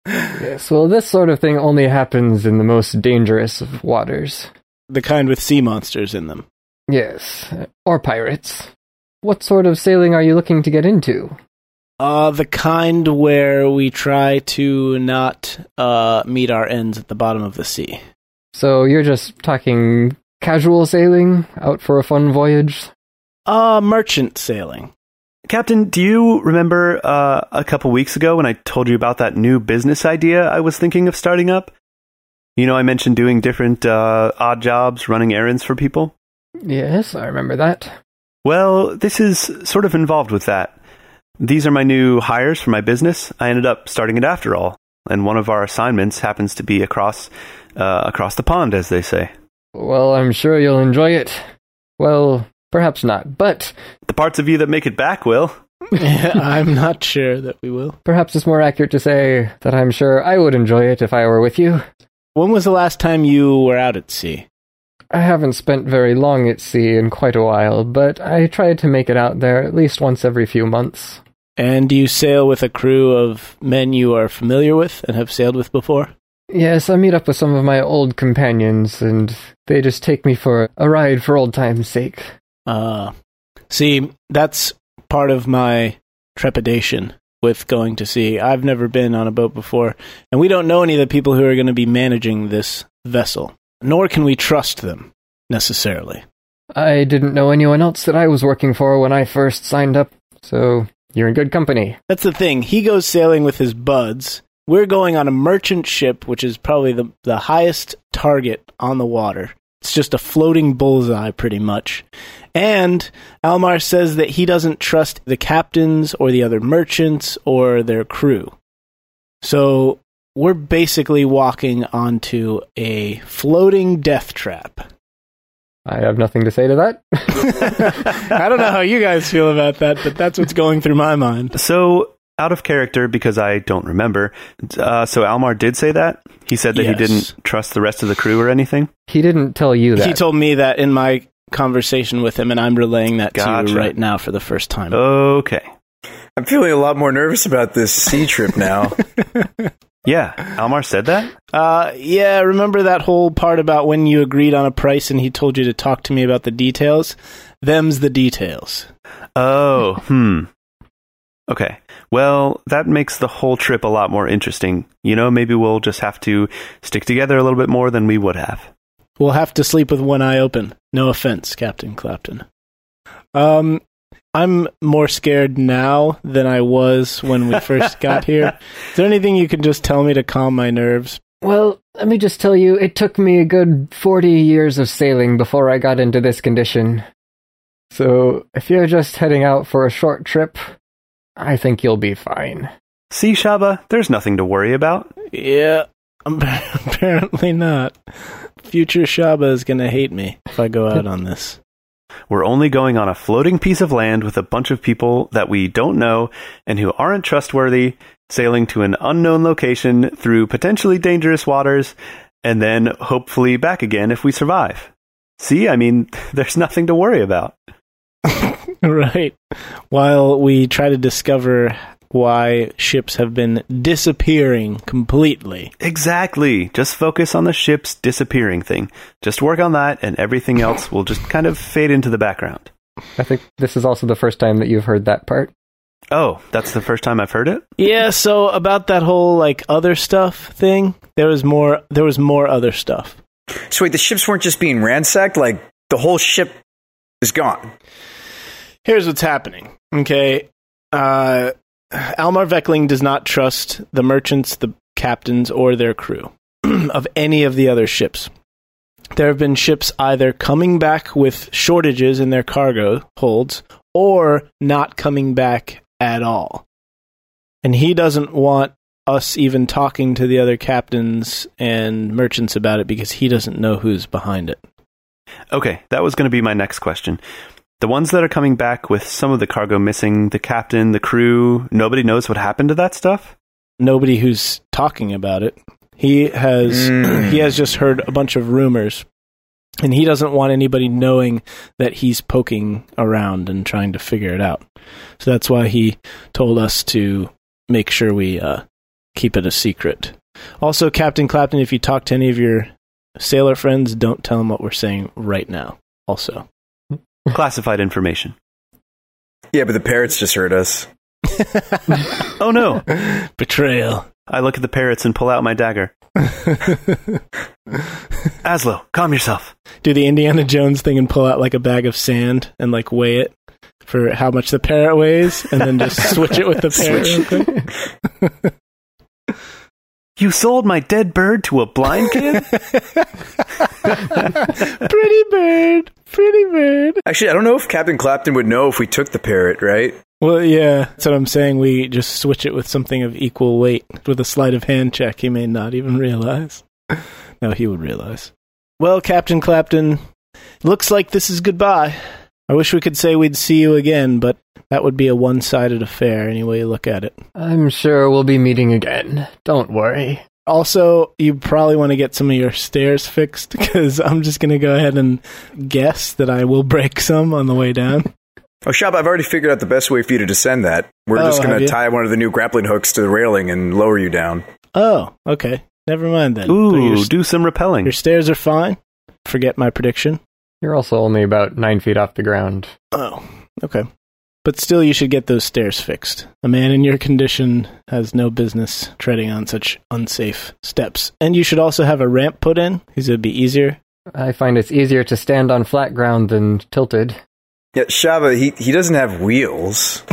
[SPEAKER 2] Yes, well, this sort of thing only happens in the most dangerous of waters.
[SPEAKER 4] The kind with sea monsters in them.
[SPEAKER 2] Yes, or pirates. What sort of sailing are you looking to get into?
[SPEAKER 4] Uh, the kind where we try to not uh, meet our ends at the bottom of the sea.
[SPEAKER 2] So you're just talking casual sailing, out for a fun voyage?
[SPEAKER 4] Uh, merchant sailing.
[SPEAKER 3] Captain, do you remember uh, a couple weeks ago when I told you about that new business idea I was thinking of starting up? You know, I mentioned doing different uh, odd jobs, running errands for people.
[SPEAKER 2] Yes, I remember that.
[SPEAKER 3] Well, this is sort of involved with that. These are my new hires for my business. I ended up starting it after all, and one of our assignments happens to be across uh, across the pond, as they say.
[SPEAKER 2] Well, I'm sure you'll enjoy it. Well, perhaps not, but
[SPEAKER 3] The parts of you that make it back will.
[SPEAKER 4] I'm not sure that we will.
[SPEAKER 2] perhaps it's more accurate to say that I'm sure I would enjoy it if I were with you.
[SPEAKER 4] When was the last time you were out at sea?
[SPEAKER 2] I haven't spent very long at sea in quite a while, but I try to make it out there at least once every few months.
[SPEAKER 4] And do you sail with a crew of men you are familiar with and have sailed with before?
[SPEAKER 2] Yes, I meet up with some of my old companions, and they just take me for a ride for old time's sake.
[SPEAKER 4] Uh, see, that's part of my trepidation with going to sea. I've never been on a boat before, and we don't know any of the people who are going to be managing this vessel, nor can we trust them necessarily.
[SPEAKER 2] I didn't know anyone else that I was working for when I first signed up, so you're in good company.
[SPEAKER 4] That's the thing. He goes sailing with his buds. We're going on a merchant ship, which is probably the, the highest target on the water. It's just a floating bullseye, pretty much. And Almar says that he doesn't trust the captains or the other merchants or their crew. So we're basically walking onto a floating death trap.
[SPEAKER 2] I have nothing to say to that.
[SPEAKER 4] I don't know how you guys feel about that, but that's what's going through my mind.
[SPEAKER 3] So out of character because I don't remember. Uh, so Almar did say that. He said that
[SPEAKER 4] Yes.
[SPEAKER 3] he didn't trust the rest of the crew or anything.
[SPEAKER 2] He didn't tell you that.
[SPEAKER 4] He told me that in my conversation with him, and I'm relaying that to
[SPEAKER 3] Gotcha. Oh.
[SPEAKER 4] you right now for the first time.
[SPEAKER 3] Okay.
[SPEAKER 5] I'm feeling a lot more nervous about this sea trip now.
[SPEAKER 3] Yeah, Almar said that.
[SPEAKER 4] Uh, yeah, remember that whole part about when you agreed on a price and he told you to talk to me about the details? Them's the details.
[SPEAKER 3] Oh, hmm. Okay. Well, that makes the whole trip a lot more interesting. You know, maybe we'll just have to stick together a little bit more than we would have.
[SPEAKER 4] We'll have to sleep with one eye open. No offense, Captain Clapton. Um, I'm more scared now than I was when we first got here. Is there anything you can just tell me to calm my nerves?
[SPEAKER 2] Well, let me just tell you, it took me a good 40 years of sailing before I got into this condition. So, if you're just heading out for a short trip, I think you'll be fine.
[SPEAKER 3] See, Shaba, there's nothing to worry about.
[SPEAKER 4] Yeah, apparently not. Future Shaba is going to hate me if I go out on this.
[SPEAKER 3] We're only going on a floating piece of land with a bunch of people that we don't know and who aren't trustworthy, sailing to an unknown location through potentially dangerous waters, and then hopefully back again if we survive. See, I mean, there's nothing to worry about.
[SPEAKER 4] right. While we try to discover why ships have been disappearing completely.
[SPEAKER 3] Exactly. Just focus on the ship's disappearing thing. Just work on that, and everything else will just kind of fade into the background.
[SPEAKER 2] I think this is also the first time that you've heard that part.
[SPEAKER 3] Oh, that's the first time I've heard it?
[SPEAKER 4] Yeah, so about that whole like other stuff thing, there was more there was more other stuff.
[SPEAKER 5] so wait, the ships weren't just being ransacked. Like the whole ship is gone.
[SPEAKER 4] Here's what's happening. Okay. Uh Almar Veckling does not trust the merchants, the captains, or their crew of any of the other ships. There have been ships either coming back with shortages in their cargo holds or not coming back at all. And he doesn't want us even talking to the other captains and merchants about it because he doesn't know who's behind it.
[SPEAKER 3] Okay, that was going to be my next question. The ones that are coming back with some of the cargo missing, the captain, the crew, nobody knows what happened to that stuff?
[SPEAKER 4] nobody who's talking about it. He has
[SPEAKER 5] Mm.
[SPEAKER 4] he has just heard a bunch of rumors, and he doesn't want anybody knowing that he's poking around and trying to figure it out. So that's why he told us to make sure we uh, keep it a secret. Also, Captain Clapton, if you talk to any of your sailor friends, don't tell them what we're saying right now. Also,
[SPEAKER 3] Classified information.
[SPEAKER 5] Yeah, but the parrots just heard us.
[SPEAKER 3] Oh no!
[SPEAKER 4] betrayal.
[SPEAKER 3] I look at the parrots and pull out my dagger. Aslo, calm yourself.
[SPEAKER 4] do the Indiana Jones thing and pull out like a bag of sand and like weigh it for how much the parrot weighs, and then just switch it with the parrot. real quick.
[SPEAKER 3] You sold my dead bird to a blind kid?
[SPEAKER 4] pretty bird, pretty bird.
[SPEAKER 5] Actually, I don't know if Captain Clapton would know if we took the parrot, right?
[SPEAKER 4] Well, yeah, that's what I'm saying. We just switch it with something of equal weight with a sleight of hand check. He may not even realize. No, he would realize. Well, Captain Clapton, looks like this is goodbye. I wish we could say we'd see you again, but that would be a one-sided affair any way you look at it.
[SPEAKER 2] I'm sure we'll be meeting again. Don't worry.
[SPEAKER 4] Also, you probably want to get some of your stairs fixed because I'm just going to go ahead and guess that I will break some on the way down.
[SPEAKER 5] Oh, Shop, I've already figured out the best way for you to descend that. We're
[SPEAKER 4] Oh,
[SPEAKER 5] just going
[SPEAKER 4] have
[SPEAKER 5] to
[SPEAKER 4] you?
[SPEAKER 5] tie one of the new grappling hooks to the railing and lower you down.
[SPEAKER 4] oh, okay. Never mind then. But your,
[SPEAKER 3] Ooh,
[SPEAKER 4] st-
[SPEAKER 3] do some rappelling.
[SPEAKER 4] your stairs are fine. Forget my prediction.
[SPEAKER 2] You're also only about nine feet off the ground.
[SPEAKER 4] Oh, okay. But still, you should get those stairs fixed. A man in your condition has no business treading on such unsafe steps. And you should also have a ramp put in because it'd be easier.
[SPEAKER 2] I find it's easier to stand on flat ground than tilted.
[SPEAKER 5] Yeah, Shaba, he, he doesn't have wheels.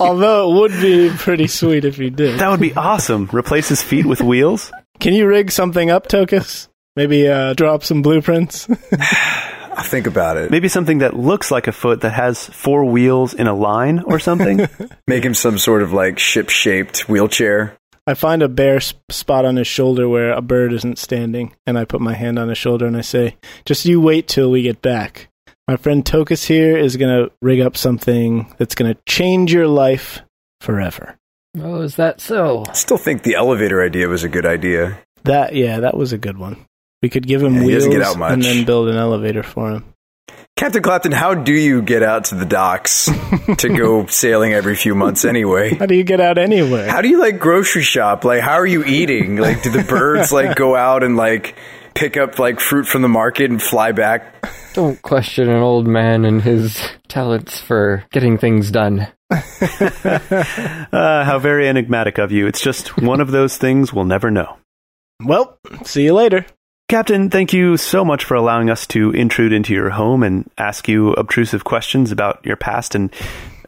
[SPEAKER 4] Although it would be pretty sweet if you did.
[SPEAKER 3] That would be awesome. Replace his feet with wheels?
[SPEAKER 4] Can you rig something up, Tokus? Maybe uh, drop some blueprints.
[SPEAKER 5] I think about it.
[SPEAKER 3] Maybe something that looks like a foot that has four wheels in a line or something?
[SPEAKER 5] Make him some sort of like ship shaped wheelchair.
[SPEAKER 4] I find a bare sp- spot on his shoulder where a bird isn't standing, and I put my hand on his shoulder and I say, "Just you wait till we get back. My friend Tokus here is going to rig up something that's going to change your life forever.
[SPEAKER 2] Oh, is that so?
[SPEAKER 5] I still think the elevator idea was a good idea.
[SPEAKER 4] That yeah, that was a good one. We could give him
[SPEAKER 5] Yeah, he
[SPEAKER 4] wheels
[SPEAKER 5] doesn't get out
[SPEAKER 4] and
[SPEAKER 5] much.
[SPEAKER 4] then build an elevator for him.
[SPEAKER 5] Captain Clapton, how do you get out to the docks to go sailing every few months anyway?
[SPEAKER 4] How do you get out anywhere?
[SPEAKER 5] How do you like grocery shop? Like, how are you eating? Like, do the birds like go out and like pick up like fruit from the market and fly back?
[SPEAKER 2] Don't question an old man and his talents for getting things done.
[SPEAKER 3] Uh, how very enigmatic of you. It's just one of those things we'll never know.
[SPEAKER 4] Well, see you later.
[SPEAKER 3] Captain, thank you so much for allowing us to intrude into your home and ask you obtrusive questions about your past and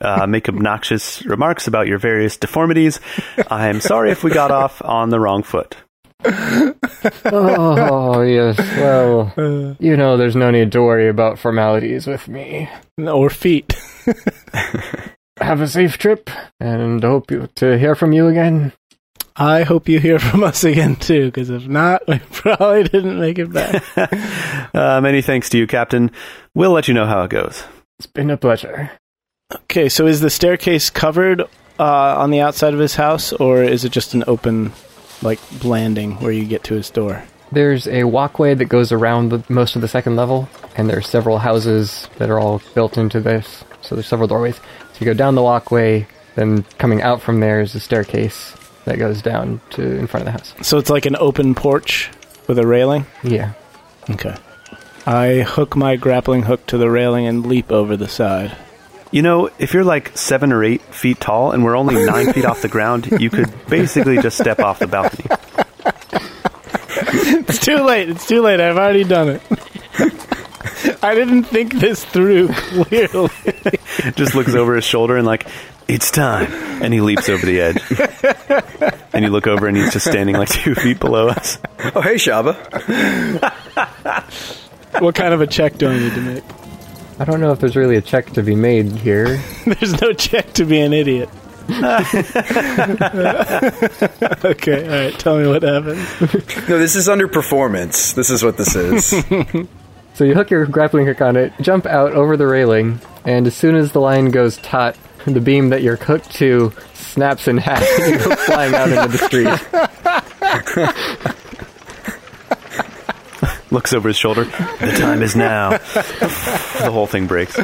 [SPEAKER 3] uh, make obnoxious remarks about your various deformities. I am sorry if we got off on the wrong foot.
[SPEAKER 2] Oh, yes. Well, you know there's no need to worry about formalities with me.
[SPEAKER 4] Or feet.
[SPEAKER 2] Have a safe trip, and hope you, to hear from you again.
[SPEAKER 4] I hope you hear from us again too, because if not, we probably didn't make it back.
[SPEAKER 3] Uh, many thanks to you, Captain. We'll let you know how it goes.
[SPEAKER 2] It's been a pleasure.
[SPEAKER 4] okay, so is the staircase covered uh, on the outside of his house, or is it just an open, like landing where you get to his door?
[SPEAKER 2] There's a walkway that goes around the, most of the second level, and there's several houses that are all built into this. So there's several doorways. So you go down the walkway, then coming out from there is a staircase that goes down to in front of the house.
[SPEAKER 4] So it's like an open porch with a railing.
[SPEAKER 2] Yeah.
[SPEAKER 4] Okay. I hook my grappling hook to the railing and leap over the side.
[SPEAKER 3] You know, if you're like seven or eight feet tall and we're only nine feet off the ground, you could basically just step off the balcony.
[SPEAKER 4] It's too late. It's too late. I've already done it. I didn't think this through clearly.
[SPEAKER 3] just looks over his shoulder and like it's time and he leaps over the edge and you look over and he's just standing like two feet below us
[SPEAKER 5] Oh, hey, Shaba.
[SPEAKER 4] what kind of a check do I need to make?
[SPEAKER 2] I don't know if there's really a check to be made here.
[SPEAKER 4] There's no check to be an idiot. okay, all right. Tell me what happened.
[SPEAKER 5] No, this is under performance. This is what this is.
[SPEAKER 2] So you hook your grappling hook on it, jump out over the railing, and as soon as the line goes taut, the beam that you're hooked to snaps in half and you go flying out into the street.
[SPEAKER 3] looks over his shoulder the time is now the whole thing breaks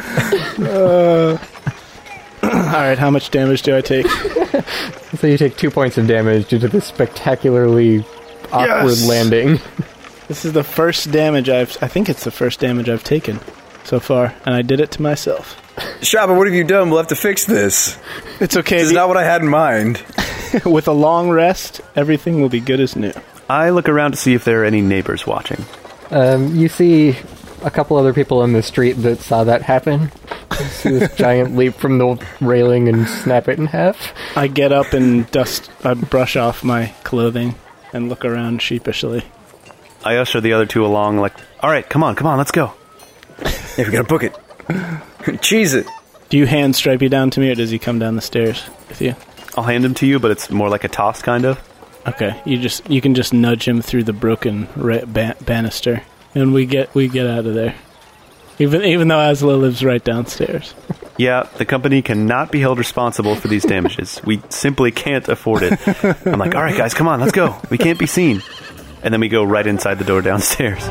[SPEAKER 4] All right. How much damage do I take?
[SPEAKER 2] So you take two points of damage due to this spectacularly awkward
[SPEAKER 3] Yes!
[SPEAKER 2] landing.
[SPEAKER 4] This is the first damage I've. I think it's the first damage I've taken so far, and I did it to myself.
[SPEAKER 5] Shaba, what have you done? We'll have to fix this.
[SPEAKER 4] It's okay.
[SPEAKER 5] This is
[SPEAKER 4] the-
[SPEAKER 5] not what I had in mind.
[SPEAKER 4] With a long rest, everything will be good as new.
[SPEAKER 3] i look around to see if there are any neighbors watching
[SPEAKER 2] Um, you see a couple other people on the street that saw that happen. You see this giant leap from the railing and snap it in half.
[SPEAKER 4] I get up and dust. I brush off my clothing and look around sheepishly.
[SPEAKER 3] i usher the other two along like all right come on come on let's go
[SPEAKER 5] Yeah, we gotta book it. Cheese it.
[SPEAKER 4] Do you hand Stripey down to me, or does he come down the stairs with you?
[SPEAKER 3] i'll hand him to you but it's more like a toss kind of
[SPEAKER 4] Okay, you just you can just nudge him through the broken ra- ba- banister, and we get we get out of there. Even even though Asla lives right downstairs.
[SPEAKER 3] yeah the company cannot be held responsible for these damages we simply can't afford it i'm like all right guys come on let's go we can't be seen and then we go right inside the door downstairs